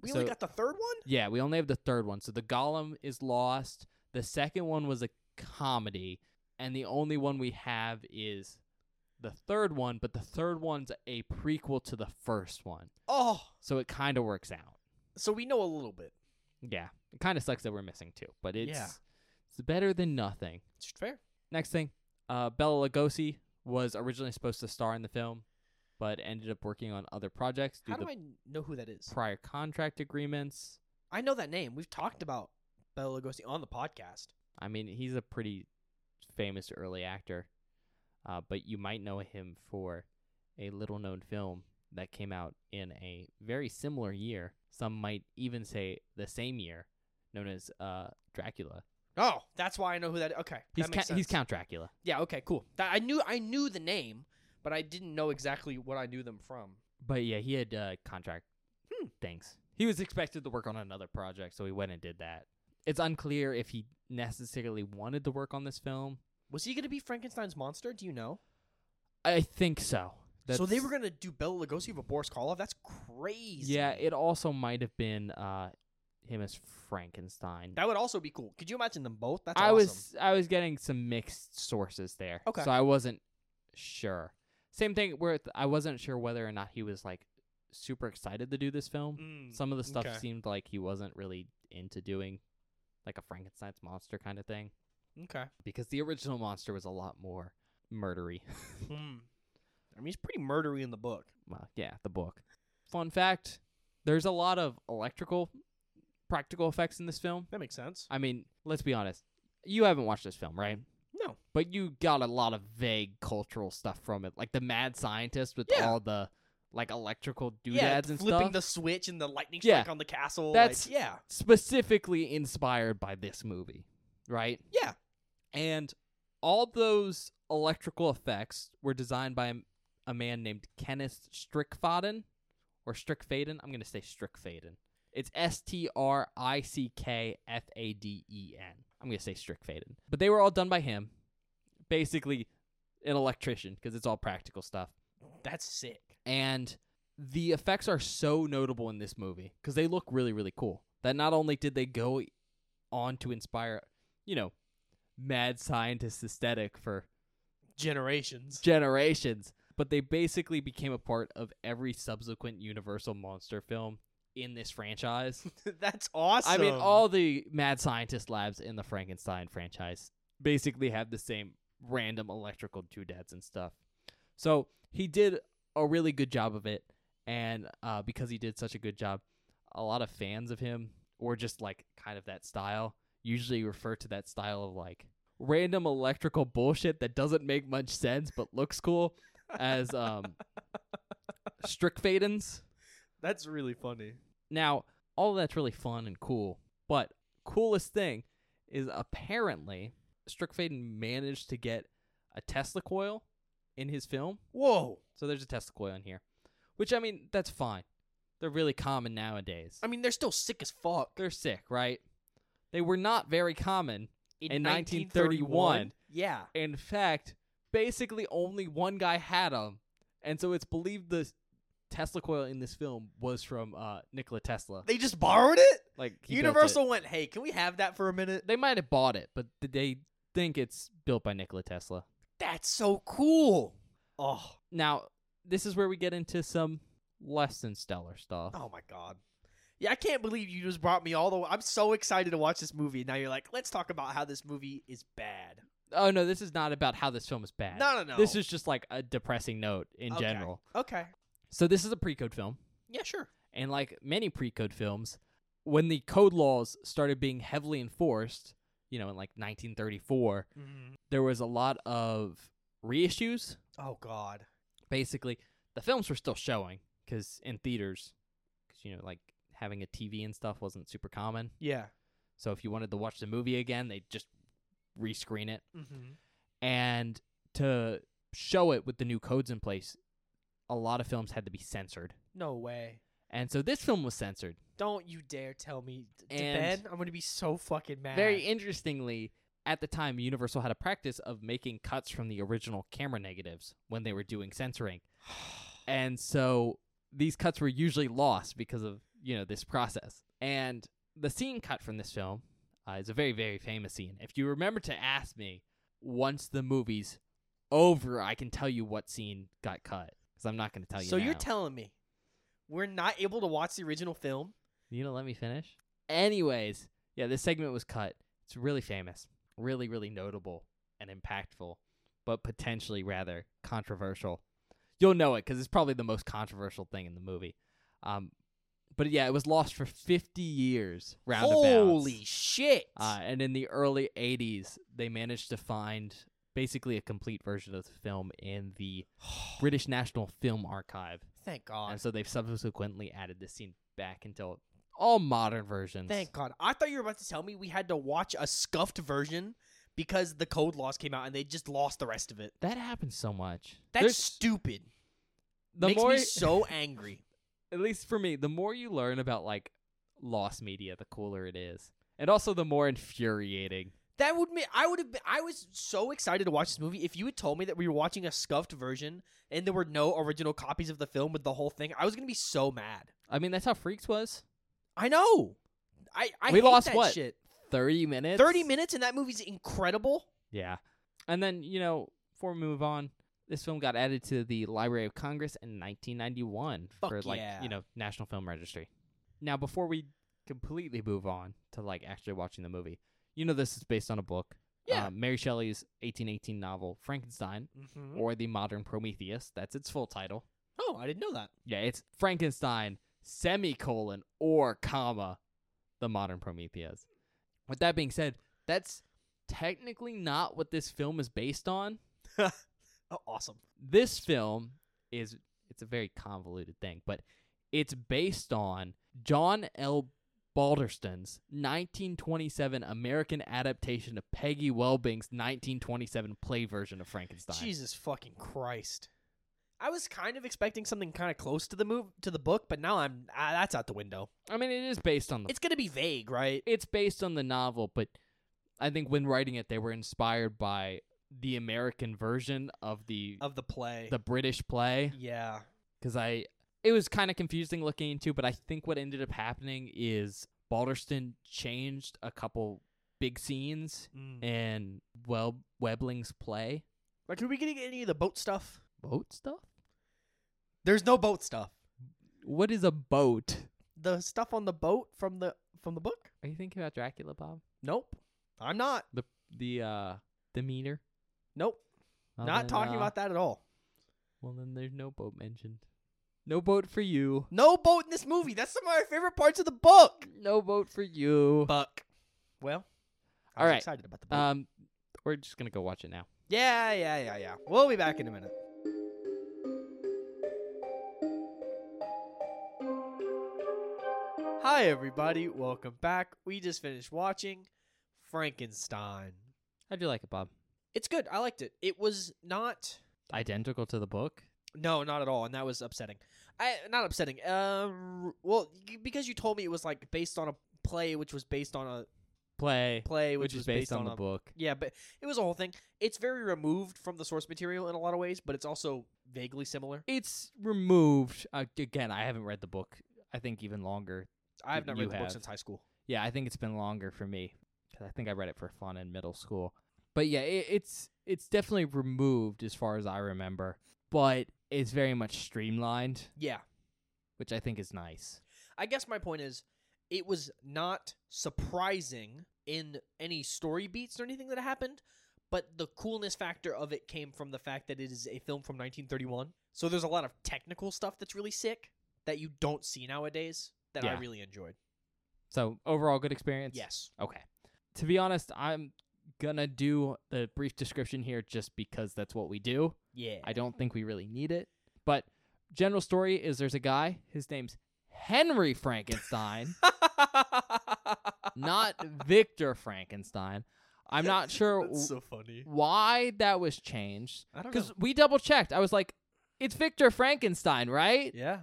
A: we only
B: so-
A: got the third one?
B: Yeah, we only have the third one. So the Golem is lost. The second one was a comedy, and the only one we have is the third one. But the third one's a prequel to the first one,
A: Oh,
B: so it kind of works out.
A: so we know a little bit.
B: Yeah, it kind of sucks that we're missing two, but it's
A: Yeah.
B: it's better than nothing.
A: It's fair.
B: Next thing, uh, Bella Lugosi was originally supposed to star in the film, but ended up working on other projects due
A: How
B: to
A: do I know who that is?
B: prior contract agreements.
A: I know that name. We've talked about Bela Lugosi on the podcast.
B: I mean, he's a pretty famous early actor, uh, but you might know him for a little known film that came out in a very similar year. Some might even say the same year, known as uh, Dracula.
A: Oh, that's why I know who that. Okay,
B: He's
A: that makes
B: Ca- he's
A: sense.
B: Count Dracula.
A: Yeah. Okay. Cool. That, I knew I knew the name, but I didn't know exactly what I knew them from.
B: But yeah, he had uh, contract things. He was expected to work on another project, so he went and did that. It's unclear if he necessarily wanted to work on this film.
A: Was he gonna be Frankenstein's monster? Do you know?
B: I think so.
A: so they
B: That's-
A: were gonna do Bela Lugosi for Boris Karloff. That's crazy.
B: Yeah, it also might have been uh, him as Frankenstein.
A: that would also be cool. Could you imagine them both? That's
B: I
A: awesome.
B: was I was getting some mixed sources there.
A: Okay.
B: So I wasn't sure. Same thing with I wasn't sure whether or not he was like super excited to do this film.
A: Mm,
B: Some of the stuff
A: okay.
B: seemed like he wasn't really into doing like a Frankenstein's monster kind of thing
A: Mm, okay.
B: because the original monster was a lot more murdery. (laughs)
A: Hmm. I mean, he's pretty murdery in the book.
B: well, yeah, the book. Fun fact, there's a lot of electrical practical effects in this film.
A: That makes sense.
B: I mean, let's be honest. You haven't watched this film, right?
A: No.
B: But you got a lot of vague cultural stuff from it, like the mad scientist with
A: Yeah.
B: all the like electrical doodads
A: yeah,
B: and
A: flipping
B: stuff.
A: the switch and the lightning
B: Yeah.
A: strike on the castle.
B: That's-
A: like, yeah,
B: specifically inspired by this movie, right?
A: yeah.
B: And all those electrical effects were designed by a, a man named Kenneth Strickfaden or Strickfaden. I'm going to say Strickfaden. It's S T R I C K F A D E N. I'm going to say Strickfaden. But they were all done by him. Basically, an electrician because it's all practical stuff.
A: That's sick.
B: And the effects are so notable in this movie because they look really, really cool. That not only did they go on to inspire, you know, mad scientist aesthetic for
A: Generations.
B: generations, but they basically became a part of every subsequent Universal monster film in this franchise.
A: (laughs) That's awesome.
B: I mean, all the mad scientist labs in the Frankenstein franchise basically have the same random electrical doodads and stuff. So he did a really good job of it, and uh, because he did such a good job, a lot of fans of him or just like kind of that style usually refer to that style of like random electrical bullshit that doesn't make much sense but looks cool as um Strickfadens.
A: That's really funny.
B: Now, all of that's really fun and cool, but coolest thing is apparently Strickfaden managed to get a Tesla coil in his film.
A: Whoa.
B: So there's a Tesla coil in here, which I mean, that's fine. They're really common nowadays.
A: I mean, they're still sick as fuck.
B: They're sick, right? They were not very common. In 1931.
A: Yeah.
B: In fact, basically only one guy had them. And so it's believed the Tesla coil in this film was from uh, Nikola Tesla.
A: They just borrowed it?
B: Like he built it.
A: Universal went, hey, can we have that for a minute?
B: They might have bought it, but th- they think it's built by Nikola Tesla.
A: That's so cool. Oh,
B: Now, this is where we get into some less than stellar stuff.
A: oh my God. Yeah, I can't believe you just brought me all the way. I'm so excited to watch this movie. Now you're like, let's talk about how this movie is bad.
B: Oh no, this is not about how this film is bad.
A: No, no, no.
B: This is just like a depressing note in
A: Okay.
B: general.
A: Okay.
B: So this is a pre-code film,
A: Yeah, sure.
B: and like many pre-code films, when the code laws started being heavily enforced, you know, in like 1934,
A: Mm-hmm.
B: there was a lot of reissues.
A: Oh, God.
B: Basically, the films were still showing because in theaters, because you know, like having a TV and stuff wasn't super common.
A: Yeah.
B: So if you wanted to watch the movie again, they just rescreen it
A: Mm-hmm.
B: and to show it with the new codes in place. A lot of films had to be censored,
A: No way.
B: and so this film was censored.
A: Don't you dare tell me, d- d-
B: And-
A: Ben. I'm gonna be so fucking mad. (sighs)
B: Very interestingly, at the time, Universal had a practice of making cuts from the original camera negatives when they were doing censoring. and so these cuts were usually lost because of, you know, this process. And the scene cut from this film uh, is a very, very famous scene. If you remember to ask me once the movie's over, I can tell you what scene got cut because I'm not going to tell you.
A: so you're
B: now.
A: telling me we're not able to watch the original film?
B: You don't let me finish? Anyways, yeah, this segment was cut. It's really famous, really, really notable and impactful, but potentially rather controversial. You'll know it because it's probably the most controversial thing in the movie. Um, but yeah, it was lost for 50 years roundabouts.
A: Holy shit!
B: Uh, and in the early 80s, they managed to find basically a complete version of the film in the British National Film Archive.
A: (sighs) Thank God.
B: And so they've subsequently added this scene back until all modern versions.
A: Thank God. I thought you were about to tell me we had to watch a scuffed version because the code loss came out and they just lost the rest of it.
B: that happens so much.
A: That's
B: There's-
A: stupid.
B: the
A: Makes
B: more
A: me so angry.
B: at least for me, the more you learn about like lost media, the cooler it is. And also the more infuriating.
A: That would mean I would have been. I was so excited to watch this movie. If you had told me that we were watching a scuffed version and there were no original copies of the film with the whole thing, I was gonna be so mad.
B: I mean, that's how Freaks was.
A: I know. I I
B: We
A: hate
B: lost
A: that
B: what?
A: shit.
B: 30 minutes.
A: Thirty minutes and that movie's incredible.
B: Yeah. And then, you know, before we move on, this film got added to the Library of Congress in 1991
A: Fuck
B: for like,
A: yeah.
B: you know, National Film Registry. Now, before we completely move on to like actually watching the movie, you know this is based on a book.
A: Yeah.
B: Uh, Mary Shelley's 1818 novel Frankenstein or the Modern Prometheus, that's its full title.
A: Oh, I didn't know that.
B: Yeah, it's Frankenstein, semicolon, or comma, the modern Prometheus. With that being said, that's technically not what this film is based on.
A: Oh, awesome.
B: This film is it's a very convoluted thing, but it's based on John L. Balderston's 1927 American adaptation of Peggy Welbing's 1927 play version of Frankenstein.
A: Jesus fucking Christ. I was kind of expecting something kind of close to the move to the book, but now I'm ah, that's out the window.
B: I mean, it is based on the
A: It's gonna be vague, right?
B: it's based on the novel, but I think when writing it, they were inspired by the American version of the
A: Of the play.
B: the British play.
A: yeah.
B: Because I, it was kind of confusing looking into, but I think what ended up happening is Balderston changed a couple big scenes
A: Mm.
B: in Web Webling's play.
A: Like, are we gonna get any of the boat stuff?
B: Boat stuff.
A: There's no boat stuff.
B: What is a boat?
A: The stuff on the boat from the from the book?
B: Are you thinking about Dracula, Bob?
A: Nope. I'm not.
B: The the uh the meter.
A: Nope.
B: Well,
A: not
B: then,
A: talking
B: uh,
A: about that at all.
B: Well, then there's no boat mentioned. No boat for you.
A: No boat in this movie. That's some of my favorite parts of the book.
B: No vote for you.
A: Buck. Well, I
B: All
A: was
B: right.
A: excited about the boat.
B: Um, we're just gonna go watch it now.
A: yeah, yeah, yeah, yeah. We'll be back in a minute. Hi, everybody. Welcome back. We just finished watching Frankenstein.
B: How'd you like it, Bob?
A: It's good. I liked it. It was not
B: Identical to the book.
A: No, not at all, and that was upsetting. I not upsetting. Um, well, y- because you told me it was like based on a play, which was based on a
B: Play,
A: play, which,
B: which,
A: was
B: is based, on, the
A: a,
B: book.
A: Yeah, but it was a whole thing. It's very removed from the source material in a lot of ways, but it's also vaguely similar.
B: It's removed. Uh, again, I haven't read the book. I think even longer.
A: I have not
B: You
A: read the book
B: have.
A: since high school.
B: Yeah, I think it's been longer for me because I think I read it for fun in middle school. But yeah, it, it's it's definitely removed as far as I remember, but it's very much streamlined,
A: Yeah,
B: which I think is nice.
A: I guess my point is, it was not surprising in any story beats or anything that happened, but the coolness factor of it came from the fact that it is a film from 1931. So there's a lot of technical stuff that's really sick that you don't see nowadays that I
B: Yeah.
A: really enjoyed.
B: So overall, good experience.
A: yes.
B: Okay. To be honest, I'm gonna do the brief description here just because that's what we do.
A: Yeah. (laughs)
B: I don't think we really need it. But general story is there's a guy, his name's
A: (laughs)
B: Henry Frankenstein, not Victor Frankenstein. I'm not sure
A: That's
B: w-
A: so funny.
B: why that was changed
A: I don't know.
B: because we double checked. I was like, it's Victor Frankenstein, right?
A: Yeah.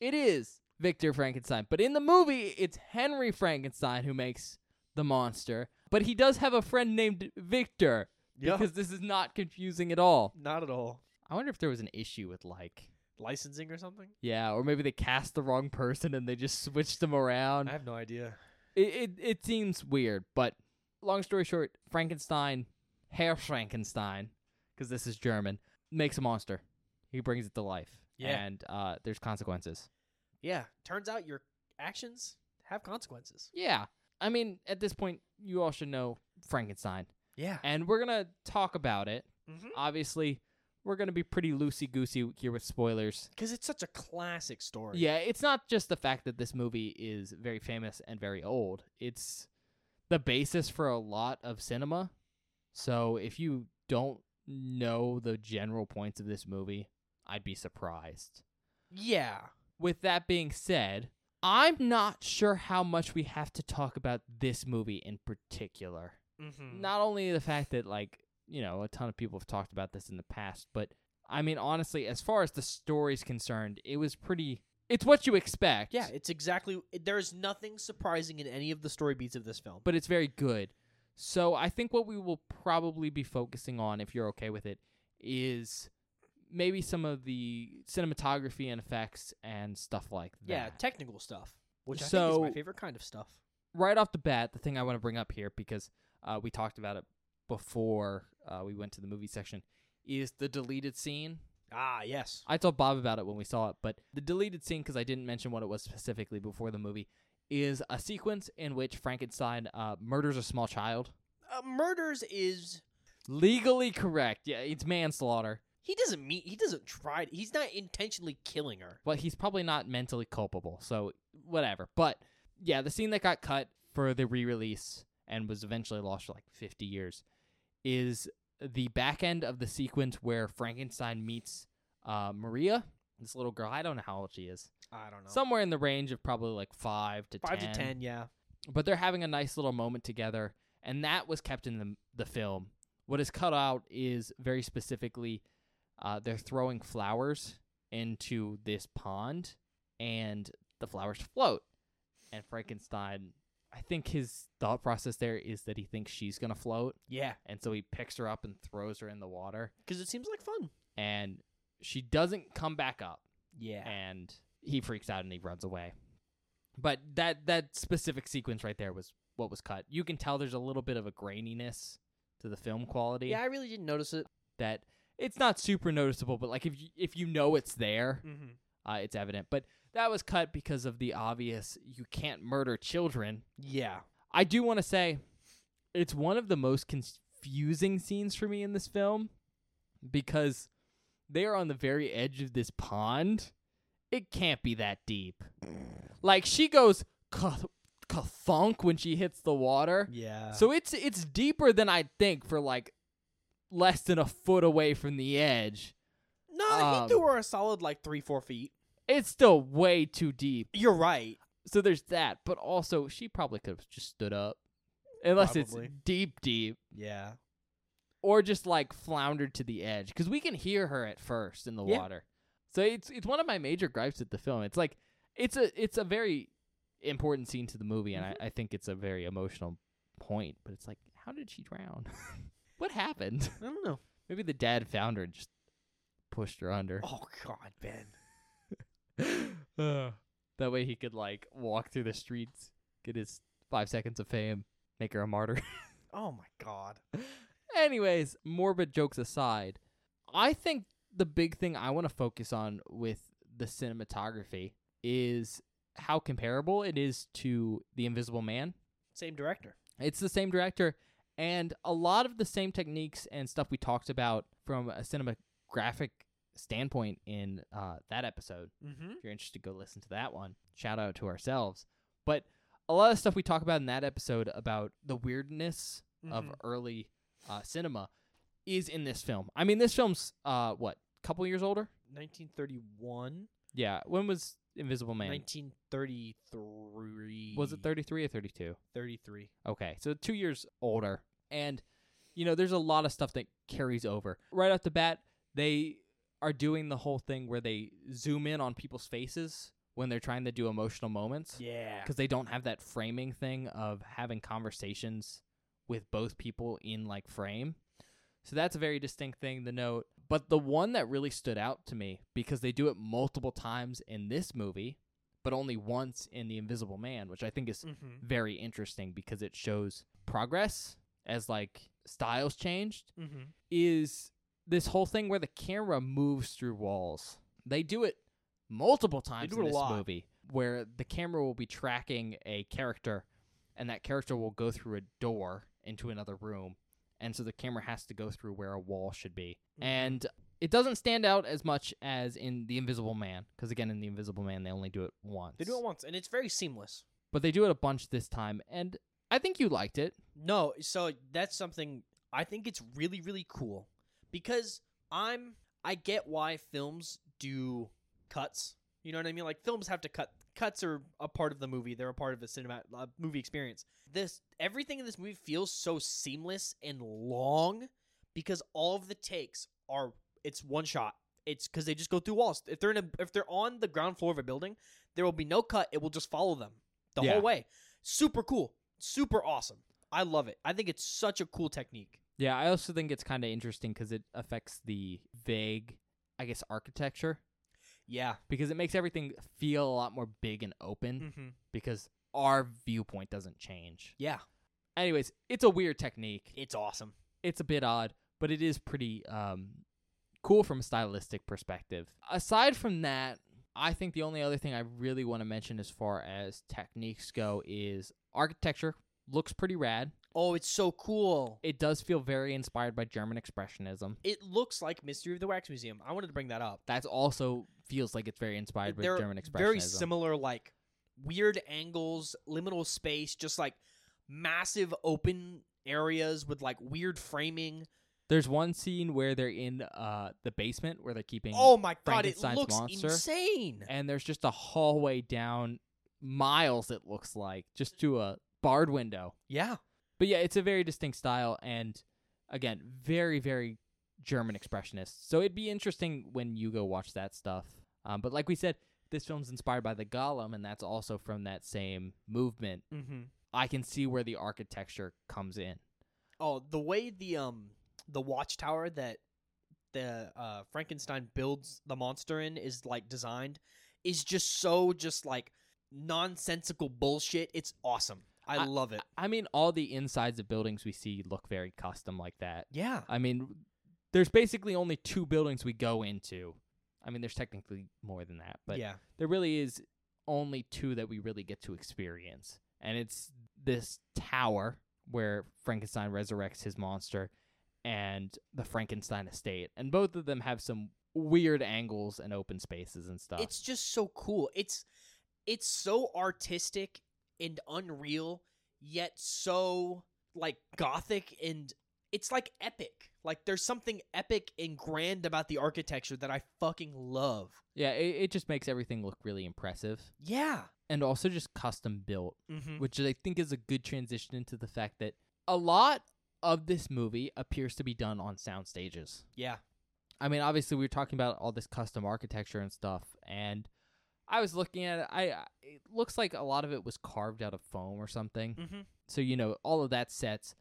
B: It is Victor Frankenstein. But in the movie, it's Henry Frankenstein who makes the monster. But he does have a friend named Victor
A: Yeah.
B: because this is not confusing at all.
A: Not at all.
B: I wonder if there was an issue with like.
A: Licensing or something?
B: Yeah, or maybe they cast the wrong person and they just switched them around.
A: I have no idea.
B: It, it it seems weird, but long story short, Frankenstein, Herr Frankenstein, because this is German, makes a monster. He brings it to life.
A: Yeah.
B: And uh, there's consequences.
A: Yeah. Turns out your actions have consequences.
B: Yeah. I mean, at this point, you all should know Frankenstein.
A: Yeah.
B: And we're going to talk about it.
A: Because
B: Obviously, we're going to be pretty loosey goosey here with spoilers.
A: it's such a classic story.
B: Yeah, it's not just the fact that this movie is very famous and very old. It's the basis for a lot of cinema. So if you don't know the general points of this movie, I'd be surprised.
A: Yeah.
B: With that being said, I'm not sure how much we have to talk about this movie in particular.
A: Mm-hmm.
B: Not only the fact that like, you know, a ton of people have talked about this in the past, but I mean honestly, as far as the story's concerned, it was pretty it's what you expect.
A: Yeah, it's exactly. There is nothing surprising in any of the story beats of this film.
B: but it's very good. So I think what we will probably be focusing on, if you're okay with it, is maybe some of the cinematography and effects and stuff like that.
A: yeah, technical stuff, which I think is
B: So-
A: my favorite kind of stuff.
B: Right off the bat, the thing I want to bring up here, because uh, we talked about it before uh, we went to the movie section, is the deleted scene.
A: Ah, yes.
B: I told Bob about it when we saw it, but the deleted scene, because I didn't mention what it was specifically before the movie, is a sequence in which Frankenstein uh, murders a small child.
A: Uh, murders is
B: Legally correct. Yeah, it's manslaughter.
A: he doesn't mean he doesn't try. He's not intentionally killing her.
B: But he's probably not mentally culpable. So whatever. But yeah, the scene that got cut for the re-release and was eventually lost for like 50 years is the back end of the sequence where Frankenstein meets uh, Maria, this little girl. I don't know how old she is.
A: I don't know.
B: Somewhere in the range of probably like five to
A: five to ten. Yeah.
B: but they're having a nice little moment together and that was kept in the, the film what is cut out is very specifically uh, they're throwing flowers into this pond and the flowers float and frankenstein i think his thought process there is that he thinks she's going to float
A: Yeah.
B: and so he picks her up and throws her in the water
A: Because it seems like fun.
B: and she doesn't come back up
A: Yeah.
B: and he freaks out and he runs away. But that that specific sequence right there was what was cut. You can tell there's a little bit of a graininess to the film quality
A: Yeah, I really didn't notice it.
B: that it's not super noticeable, but like if you, if you know it's there,
A: Mm-hmm.
B: uh, it's evident. But that was cut because of the obvious you can't murder children.
A: Yeah.
B: I do want to say it's one of the most confusing scenes for me in this film because they are on the very edge of this pond. It can't be that deep. Like she goes ka- ka-thunk when she hits the water.
A: Yeah.
B: So it's it's deeper than I'd think for like less than a foot away from the edge.
A: no,
B: um,
A: he threw her a solid like three, four feet.
B: It's still way too deep.
A: You're right.
B: So there's that, but also she probably could have just stood up. Unless
A: Probably.
B: it's deep deep.
A: Yeah.
B: or just like floundered to the edge because we can hear her at first in the
A: Yeah.
B: water. So it's it's one of my major gripes at the film. It's like it's a it's a very important scene to the movie, and I, I think it's a very emotional point. But it's like, how did she drown? (laughs) what happened? (laughs)
A: I don't know.
B: Maybe the dad found her and just pushed her under.
A: Oh God, Ben.
B: (sighs) Ugh. that way he could like walk through the streets, get his five seconds of fame, make her a martyr.
A: Oh my God.
B: Anyways, morbid jokes aside, I think the big thing I want to focus on with the cinematography is how comparable it is to The Invisible Man.
A: Same director.
B: It's the same director and a lot of the same techniques and stuff we talked about from a cinematographic standpoint in uh, that episode.
A: Mm-hmm.
B: If you're interested, go listen to that one. Shout out to ourselves. But a lot of stuff we talk about in that episode about the weirdness
A: mm-hmm.
B: of early uh, cinema is in this film. I mean, this film's uh, what couple years older?
A: 1931,
B: Yeah. When was Invisible Man?
A: 1933.
B: was it thirty three or thirty two?
A: 33?
B: Okay, so two years older. And you know, there's a lot of stuff that carries over. Right off the bat, they are doing the whole thing where they zoom in on people's faces when they're trying to do emotional moments
A: Yeah.
B: because they don't have that framing thing of having conversations with both people in like frame. So that's a very distinct thing to note. But the one that really stood out to me because they do it multiple times in this movie, but only once in The Invisible Man, which I think is
A: Mm-hmm.
B: very interesting because it shows progress as like styles changed
A: Mm-hmm.
B: is this whole thing where the camera moves through walls. They do it multiple times
A: do
B: in
A: it a
B: this
A: lot.
B: movie, where the camera will be tracking a character, and that character will go through a door into another room, and so the camera has to go through where a wall should be,
A: Mhm.
B: and it doesn't stand out as much as in The Invisible Man, because again, in The Invisible Man, they only do it once.
A: They do it once, and it's very seamless.
B: but they do it a bunch this time, and I think you liked it.
A: No, so that's something I think it's really really cool because I'm I get why films do cuts. You know what I mean? Like films have to cut. Cuts are a part of the movie. They're a part of the cinema uh, movie experience. This everything in this movie feels so seamless and long because all of the takes are it's one shot. It's because they just go through walls. If they're in a, if they're on the ground floor of a building, there will be no cut. It will just follow them the
B: Yeah.
A: whole way. Super cool. Super awesome. I love it. I think it's such a cool technique.
B: Yeah, I also think it's kind of interesting because it affects the vague, I guess, architecture
A: Yeah.
B: because it makes everything feel a lot more big and open
A: Mm-hmm.
B: because our viewpoint doesn't change.
A: Yeah.
B: Anyways, it's a weird technique.
A: It's awesome.
B: It's a bit odd, but it is pretty um, cool from a stylistic perspective. Aside from that, I think the only other thing I really want to mention as far as techniques go is architecture. Looks pretty rad.
A: Oh, it's so cool.
B: It does feel very inspired by German Expressionism.
A: It looks like Mystery of the Wax Museum. I wanted to bring that up.
B: That's also feels like it's very inspired by
A: They're
B: German Expressionism.
A: Very similar, like weird angles, liminal space, just like massive open areas with like weird framing.
B: There's one scene where they're in uh, the basement where they're keeping
A: Oh my god, it
B: Frankenstein's
A: looks
B: monster.
A: insane.
B: and there's just a hallway down miles it looks like just to a barred window
A: Yeah.
B: but yeah it's a very distinct style and again very very german expressionist so it'd be interesting when you go watch that stuff um, but like we said this film's inspired by the golem and that's also from that same movement
A: Mm-hmm.
B: i can see where the architecture comes in
A: Oh, the way the um the watchtower that the uh, Frankenstein builds the monster in is like designed is just so just like nonsensical bullshit. It's awesome. I,
B: I-
A: love it.
B: i mean all the insides of buildings we see look very custom like that
A: Yeah.
B: I mean, there's basically only two buildings we go into. I mean, there's technically more than that, but
A: yeah.
B: there really is only two that we really get to experience. And it's this tower where Frankenstein resurrects his monster and the Frankenstein estate. And both of them have some weird angles and open spaces and stuff.
A: It's just so cool. It's it's so artistic and unreal, yet so like gothic and it's like epic. Like there's something epic and grand about the architecture that I fucking love.
B: yeah, it, it just makes everything look really impressive
A: Yeah.
B: and also just custom built.
A: Mm-hmm.
B: which I think is a good transition into the fact that a lot of this movie appears to be done on sound stages.
A: Yeah.
B: I mean, obviously we were talking about all this custom architecture and stuff, and I was looking at it. I I- it looks like a lot of it was carved out of foam or something.
A: Mm-hmm.
B: So you know, all of that sets,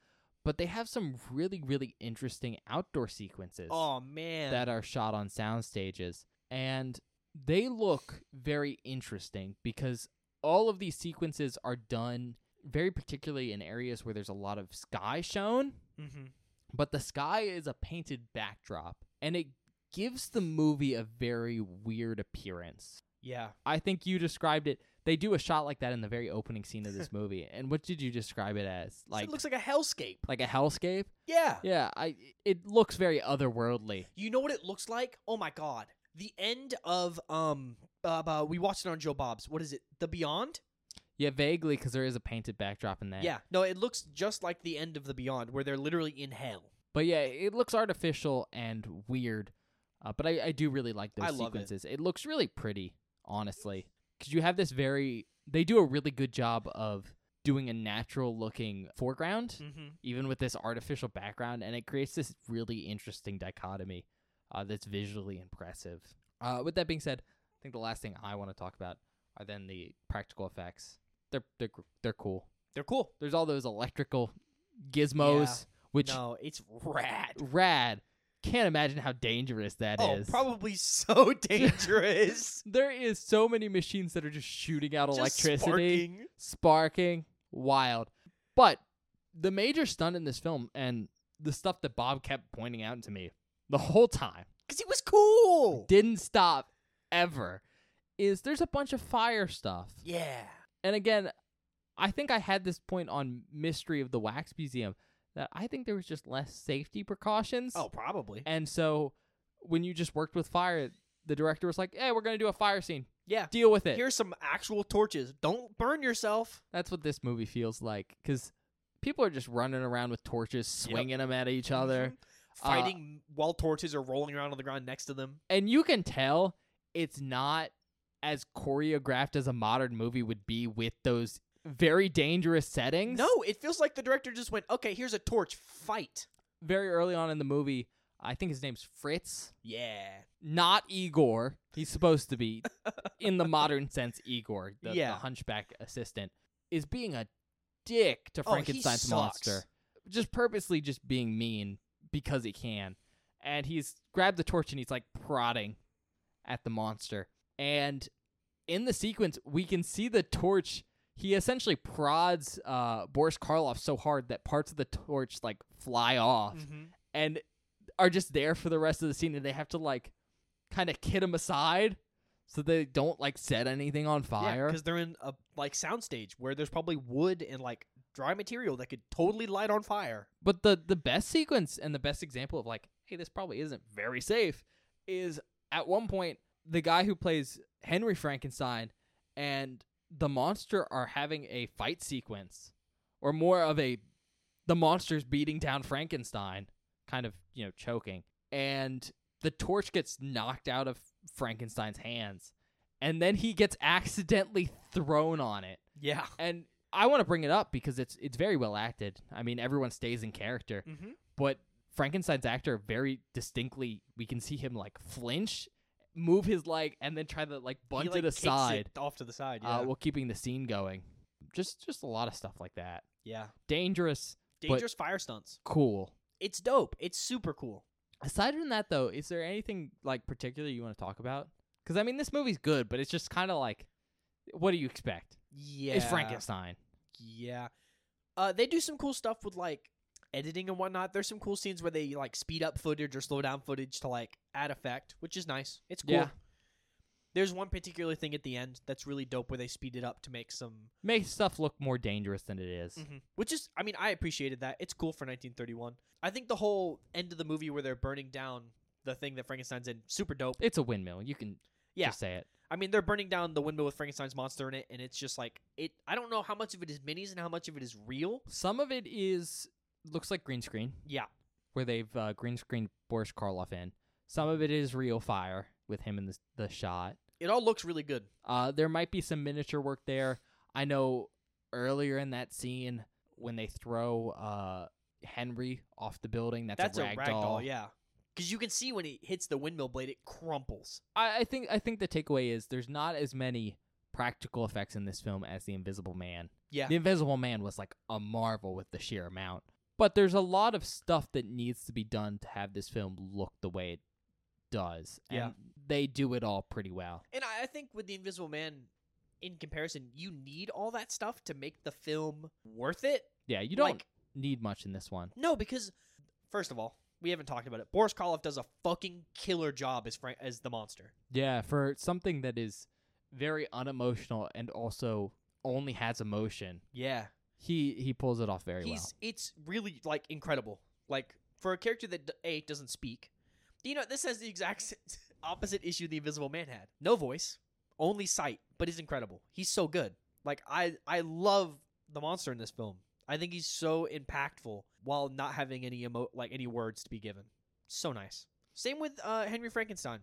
B: but they have some really really interesting outdoor sequences
A: Oh man.
B: that are shot on sound stages and they look very interesting because all of these sequences are done very particularly in areas where there's a lot of sky shown
A: mm-hmm.
B: but the sky is a painted backdrop and it gives the movie a very weird appearance
A: Yeah.
B: i think you described it they do a shot like that in the very opening scene of
A: (laughs)
B: this movie and what did you describe it as
A: Like
B: like
A: it looks like a hellscape.
B: like a hellscape
A: Yeah.
B: yeah i it looks very otherworldly
A: You know what it looks like? Oh my god. The end of um uh, uh, we watched it on Joe Bob's. What is it? The Beyond?
B: yeah vaguely because there is a painted backdrop in that
A: Yeah. No, it looks just like the end of The Beyond where they're literally in hell.
B: But yeah, it looks artificial and weird. Uh, but I, I do really like those
A: I love it.
B: sequences. It. looks really pretty, honestly. Because you have this very. They do a really good job of doing a natural looking foreground
A: Mm-hmm.
B: even with this artificial background, and it creates this really interesting dichotomy uh, that's visually impressive. Uh, with that being said, I think the last thing I want to talk about are then the practical effects. They're they're gr- they're cool.
A: They're cool.
B: There's all those electrical gizmos, which
A: no, it's rad.
B: rad. Can't imagine how dangerous that is.
A: oh, probably so (laughs)
B: (laughs)
A: dangerous.
B: There is so many machines that are just shooting out
A: Just
B: electricity.
A: sparking.
B: sparking, wild. But the major stunt in this film and the stuff that Bob kept pointing out to me the whole time
A: Cause it was cool.
B: didn't stop ever is there's a bunch of fire stuff.
A: yeah.
B: And again, I think I had this point on Mystery of the Wax Museum that I think there was just less safety precautions.
A: Oh, probably.
B: And so when you just worked with fire, the director was like, "Hey, we're going to do a fire scene.
A: Yeah.
B: Deal with it."
A: Here's some actual torches. Don't burn yourself.
B: That's what this movie feels like because people are just running around with torches,
A: Yep.
B: swinging them at each other.
A: Mhm.
B: uh,
A: Fighting while torches are rolling around on the ground next to them.
B: And you can tell it's not as choreographed as a modern movie would be with those very dangerous settings.
A: No, it feels like the director just went, okay, here's a torch, fight.
B: Very early on in the movie, I think his name's Fritz,
A: Yeah.
B: not Igor. He's supposed to be, in the modern (laughs) sense, Igor, the, the
A: Yeah.
B: hunchback assistant, is being a dick to
A: Oh, he
B: Frankenstein's
A: sucks.
B: monster. just purposely just being mean because he can. And he's grabbed the torch and he's like prodding at the monster. And in the sequence, we can see the torch. He essentially prods uh, Boris Karloff so hard that parts of the torch like fly off
A: Mhm.
B: and are just there for the rest of the scene. And they have to like kind of kid him aside so they don't like set anything on fire.
A: because they're in a like soundstage where there's probably wood and like dry material that could totally light on fire.
B: But the the best sequence and the best example of like, hey, this probably isn't very safe is at one point the guy who plays Henry Frankenstein and the monster are having a fight sequence or more of a the monster's beating down Frankenstein, kind of, you know, choking. And the torch gets knocked out of Frankenstein's hands. And then he gets accidentally thrown on it
A: Yeah.
B: and I want to bring it up because it's it's very well acted. I mean, everyone stays in character,
A: Mm-hmm.
B: but Frankenstein's actor very distinctly we can see him like flinch, move his leg, and then try to like bunt it aside
A: off to the side. Yeah.
B: uh, while keeping the scene going. Just just a lot of stuff like that.
A: yeah.
B: Dangerous, but-
A: Dangerous fire stunts.
B: cool.
A: It's dope. It's super cool.
B: Aside from that, though, is there anything like particular you want to talk about? Because I mean, this movie's good, but it's just kind of like, what do you expect?
A: Yeah.
B: It's Frankenstein.
A: Yeah. Uh, they do some cool stuff with like editing and whatnot. There's some cool scenes where they like speed up footage or slow down footage to like add effect, which is nice. It's cool.
B: Yeah.
A: There's one particular thing at the end that's really dope where they speed it up to make some,
B: Makes stuff look more dangerous than it
A: Mm-hmm.
B: is.
A: which is, I mean, I appreciated that. It's cool for 1931. I think the whole end of the movie where they're burning down the thing that Frankenstein's in, super dope.
B: It's a windmill. You can
A: Yeah.
B: just say it.
A: I mean, they're burning down the window with Frankenstein's monster in it, and it's just like it. I don't know how much of it is minis and how much of it is real.
B: Some of it is looks like green screen
A: Yeah,
B: where they've uh, green screened Boris Karloff in. Some of it is real fire with him in the the shot.
A: it all looks really good.
B: Uh, there might be some miniature work there. I know earlier in that scene when they throw uh, Henry off the building, that's,
A: That's
B: a
A: a
B: rag
A: ragdoll,
B: doll.
A: yeah. Because you can see when it hits the windmill blade, it crumples.
B: I, I think I think the takeaway is there's not as many practical effects in this film as the Invisible Man.
A: Yeah.
B: The Invisible Man was like a marvel with the sheer amount. But there's a lot of stuff that needs to be done to have this film look the way it does.
A: Yeah.
B: And they do it all pretty well.
A: And I, I think with the Invisible Man, in comparison, you need all that stuff to make the film worth it.
B: Yeah, you don't
A: Like-
B: need much in this one.
A: No, because first of all, we haven't talked about it. Boris Karloff does a fucking killer job as Frank as the monster.
B: Yeah, for something that is very unemotional and also only has emotion,
A: Yeah.
B: he he pulls it off very
A: he's
B: well.
A: it's really like incredible like for a character that d- a doesn't speak you know this has the exact (laughs) s- opposite issue the invisible man had no voice only sight but he's incredible he's so good like i i love the monster in this film i think he's so impactful while not having any emo like any words to be given so nice same with uh henry frankenstein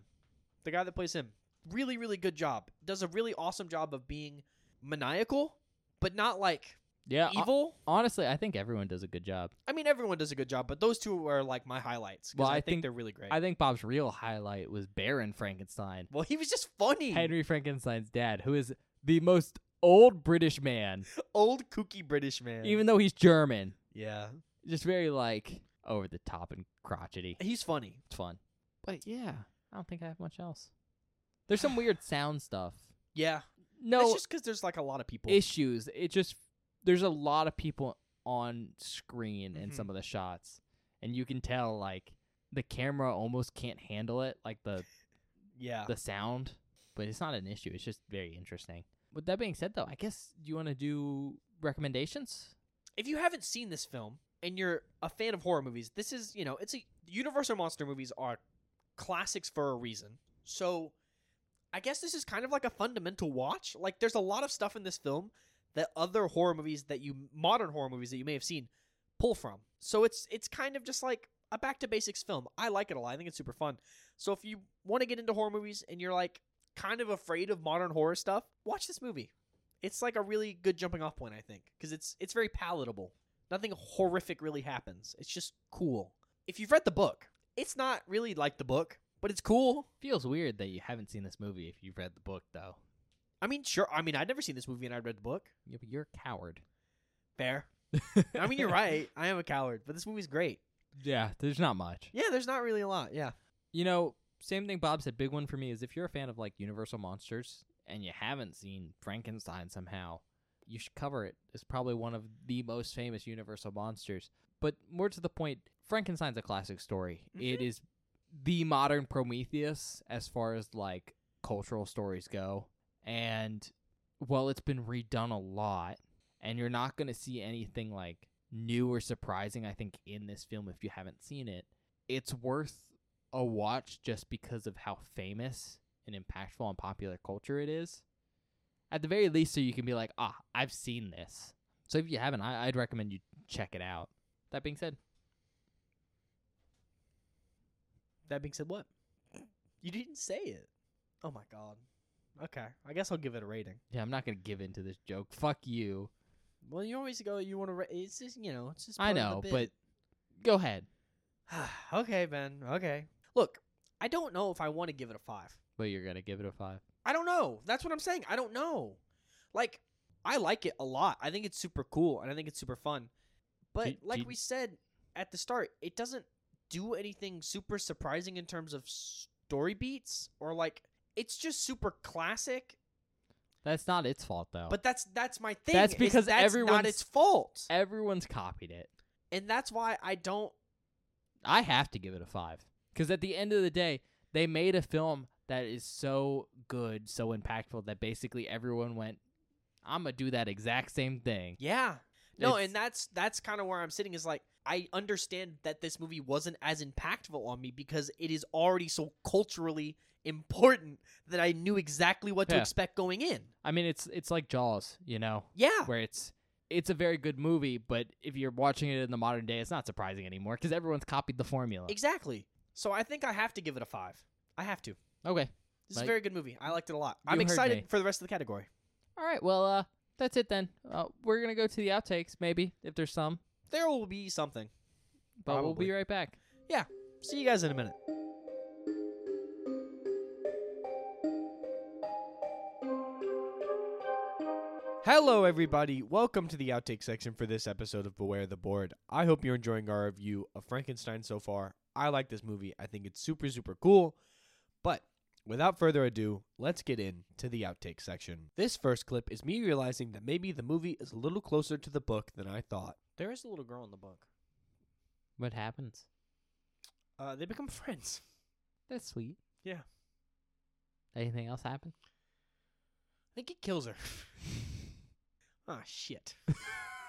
A: the guy that plays him really really good job does a really awesome job of being maniacal but not like
B: Yeah. hon-
A: Evil.
B: honestly, I think everyone does a good job.
A: I mean, everyone does a good job, but those two are like my highlights. 'cause
B: Well,
A: I,
B: I
A: think,
B: think-
A: they're really great.
B: I think Bob's real highlight was Baron Frankenstein,
A: well, he was just funny.
B: Henry Frankenstein's dad, who is the most old British man,
A: Old kooky British man.
B: even though he's German.
A: yeah,
B: Just very like over the top and crotchety.
A: he's funny.
B: It's fun. But yeah, I don't think I have much else. There's some weird sound stuff.
A: Yeah, it's
B: No
A: just because there's like a lot of people.
B: issues. It just there's a lot of people on screen in
A: Mhm.
B: some of the shots, and you can tell like the camera almost can't handle it, like the
A: yeah,
B: the sound. But it's not an issue. It's just very interesting. With that being said, though, I guess do you want to do recommendations?
A: if you haven't seen this film and you're a fan of horror movies, this is, you know, it's a Universal Monster movies are classics for a reason. So I guess this is kind of like a fundamental watch. Like there's a lot of stuff in this film that other horror movies that you modern horror movies that you may have seen pull from. So it's it's kind of just like a back to basics film. I like it a lot. I think it's super fun. So if you want to get into horror movies and you're like kind of afraid of modern horror stuff, watch this movie it's like a really good jumping off point, I think, because it's it's very palatable. Nothing horrific really happens. It's just cool. If you've read the book, it's not really like the book, but it's cool.
B: Feels weird that you haven't seen this movie if you've read the book, though.
A: I mean, sure. I mean, I'd never seen this movie and I'd read the book.
B: Yeah, but you're a coward.
A: Fair. I
B: (laughs)
A: mean, you're right. I am a coward, but this movie's great.
B: Yeah, there's not much.
A: Yeah, there's not really a lot. Yeah.
B: You know, same thing Bob said. Big one for me is if you're a fan of like Universal Monsters and you haven't seen Frankenstein somehow, you should cover it. It's probably one of the most famous Universal Monsters. But more to the point, Frankenstein's a classic story. It is the modern Prometheus as far as like cultural stories go. And while it's been redone a lot, and you're not going to see anything like new or surprising, I think, in this film if you haven't seen it, it's worth a watch just because of how famous and impactful and popular culture it is. At the very least, so you can be like, ah, I've seen this. So if you haven't, I- I'd recommend you check it out. That being said,
A: That being said, what? You didn't say it. Oh my god. Okay. I guess I'll give it a rating.
B: yeah, I'm not going to give in to this joke. Fuck you.
A: Well, you always go. You want to. Ra- it's just you know. It's just.
B: I
A: part of
B: know,
A: the bit.
B: but go ahead.
A: (sighs) okay, Ben. Okay. Look, I don't know if I want to give it a five.
B: But you're going to give it a five.
A: I don't know. That's what I'm saying. I don't know. Like, I like it a lot. I think it's super cool and I think it's super fun. But
B: Do-
A: like
B: do-
A: we said at the start, it doesn't do anything super surprising in terms of story beats or like it's just super classic.
B: That's not its fault, though.
A: But that's that's my thing.
B: Oh. That's
A: is
B: because
A: that's not
B: everyone's-
A: its fault,
B: everyone's copied it.
A: and that's why I don't.
B: I have to give it a five because at the end of the day, they made a film that is so good, so impactful that basically everyone went, "I'm gonna do that exact same thing."
A: Yeah. No,
B: It's-
A: and that's that's kind of where I'm sitting is like I understand that this movie wasn't as impactful on me because it is already so culturally important that I knew exactly what to
B: Yeah.
A: expect going in.
B: I mean, it's it's like Jaws, you know,
A: Yeah.
B: where it's it's a very good movie, but if you're watching it in the modern day, it's not surprising anymore because everyone's copied the formula.
A: Exactly. So I think I have to give it a 5. I have to.
B: okay,
A: This is
B: Like-
A: a very good movie. I liked it a lot.
B: You
A: I'm
B: heard
A: excited
B: me.
A: for the rest of the category.
B: all right, well, uh, that's it then. Uh, we're gonna go to the outtakes, maybe if there's some,
A: There will be something.
B: but we'll
A: Probably.
B: be right back.
A: See you guys in a minute. Hello, everybody. Welcome to the outtake section for this episode of Beware the Board. I hope you're enjoying our review of Frankenstein so far. I like this movie, I think it's super, super cool. But without further ado, let's get into the outtake section. This first clip is me realizing that maybe the movie is a little closer to the book than I thought. There is a little girl in the book.
B: What happens?
A: Uh, they become friends.
B: That's sweet.
A: Yeah.
B: Anything else happen?
A: I think he kills her. (laughs) Ah, shit.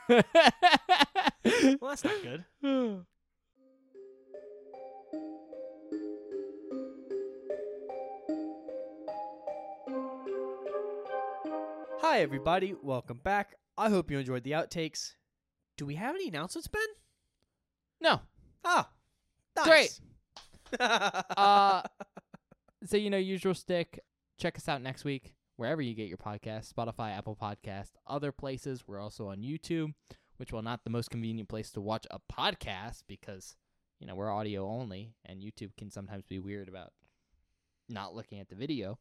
B: well,
A: Well, that's not (sighs) good. Hi, everybody. Welcome back. I hope you enjoyed the outtakes. Do we have any announcements, Ben?
B: (laughs) No.
A: Ah, nice.
B: Great.
A: Great.
B: Uh, so you know, usual stick. Check us out next week. wherever you get your podcast Spotify, Apple Podcast, other places. We're also on YouTube, which, while not the most convenient place to watch a podcast because, you know, we're audio only and YouTube can sometimes be weird about not looking at the video,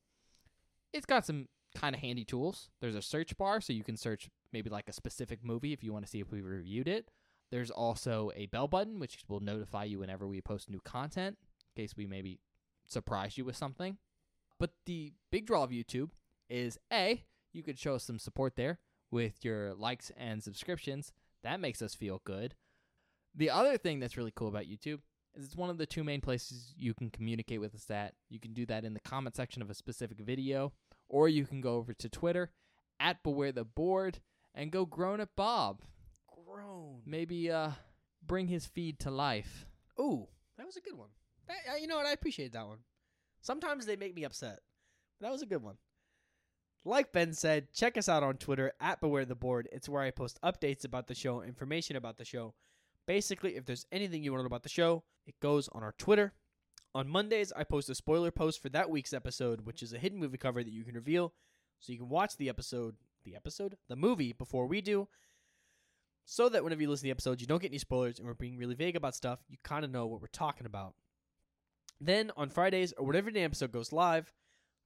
B: it's got some kind of handy tools. There's a search bar so you can search maybe like a specific movie if you want to see if we reviewed it. There's also a bell button which will notify you whenever we post new content in case we maybe surprise you with something. But the big draw of YouTube is A, you could show us some support there with your likes and subscriptions. That makes us feel good. The other thing that's really cool about YouTube is it's one of the two main places you can communicate with us at. You can do that in the comment section of a specific video, or you can go over to Twitter at Beware the Board and go grown at Bob.
A: (laughs) Grown.
B: Maybe uh bring his feed to life.
A: Ooh, that was a good one. That, uh, you know what? I appreciate that one. Sometimes they make me upset, but that was a good one. Like Ben said, check us out on Twitter at Beware the Board. It's where I post updates about the show, information about the show. Basically, if there's anything you want to know about the show, it goes on our Twitter. On Mondays, I post a spoiler post for that week's episode, which is a hidden movie cover that you can reveal, so you can watch the episode, the episode, the movie before we do so that whenever you listen to the episodes, you don't get any spoilers and we're being really vague about stuff, you kind of know what we're talking about. Then on Fridays or whatever the episode goes live,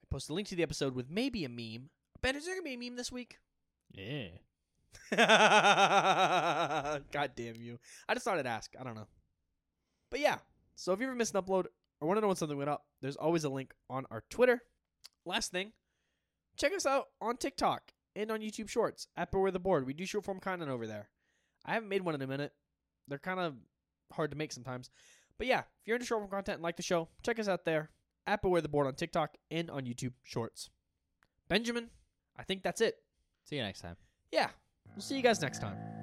A: I post a link to the episode with maybe a meme. Ben, is there gonna be a meme this week?
B: Yeah.
A: (laughs) God damn you! I just thought I'd ask. I don't know, but yeah. So if you ever missed an upload or want to know when something went up, there's always a link on our Twitter. Last thing, check us out on TikTok and on YouTube Shorts at Beware the Board. We do short form content over there. I haven't made one in a minute. They're kind of hard to make sometimes. But yeah, if you're into short form content and like the show, check us out there at Beware the Board on TikTok and on YouTube Shorts. Benjamin, I think that's it.
B: See you next time.
A: Yeah, we'll see you guys next time.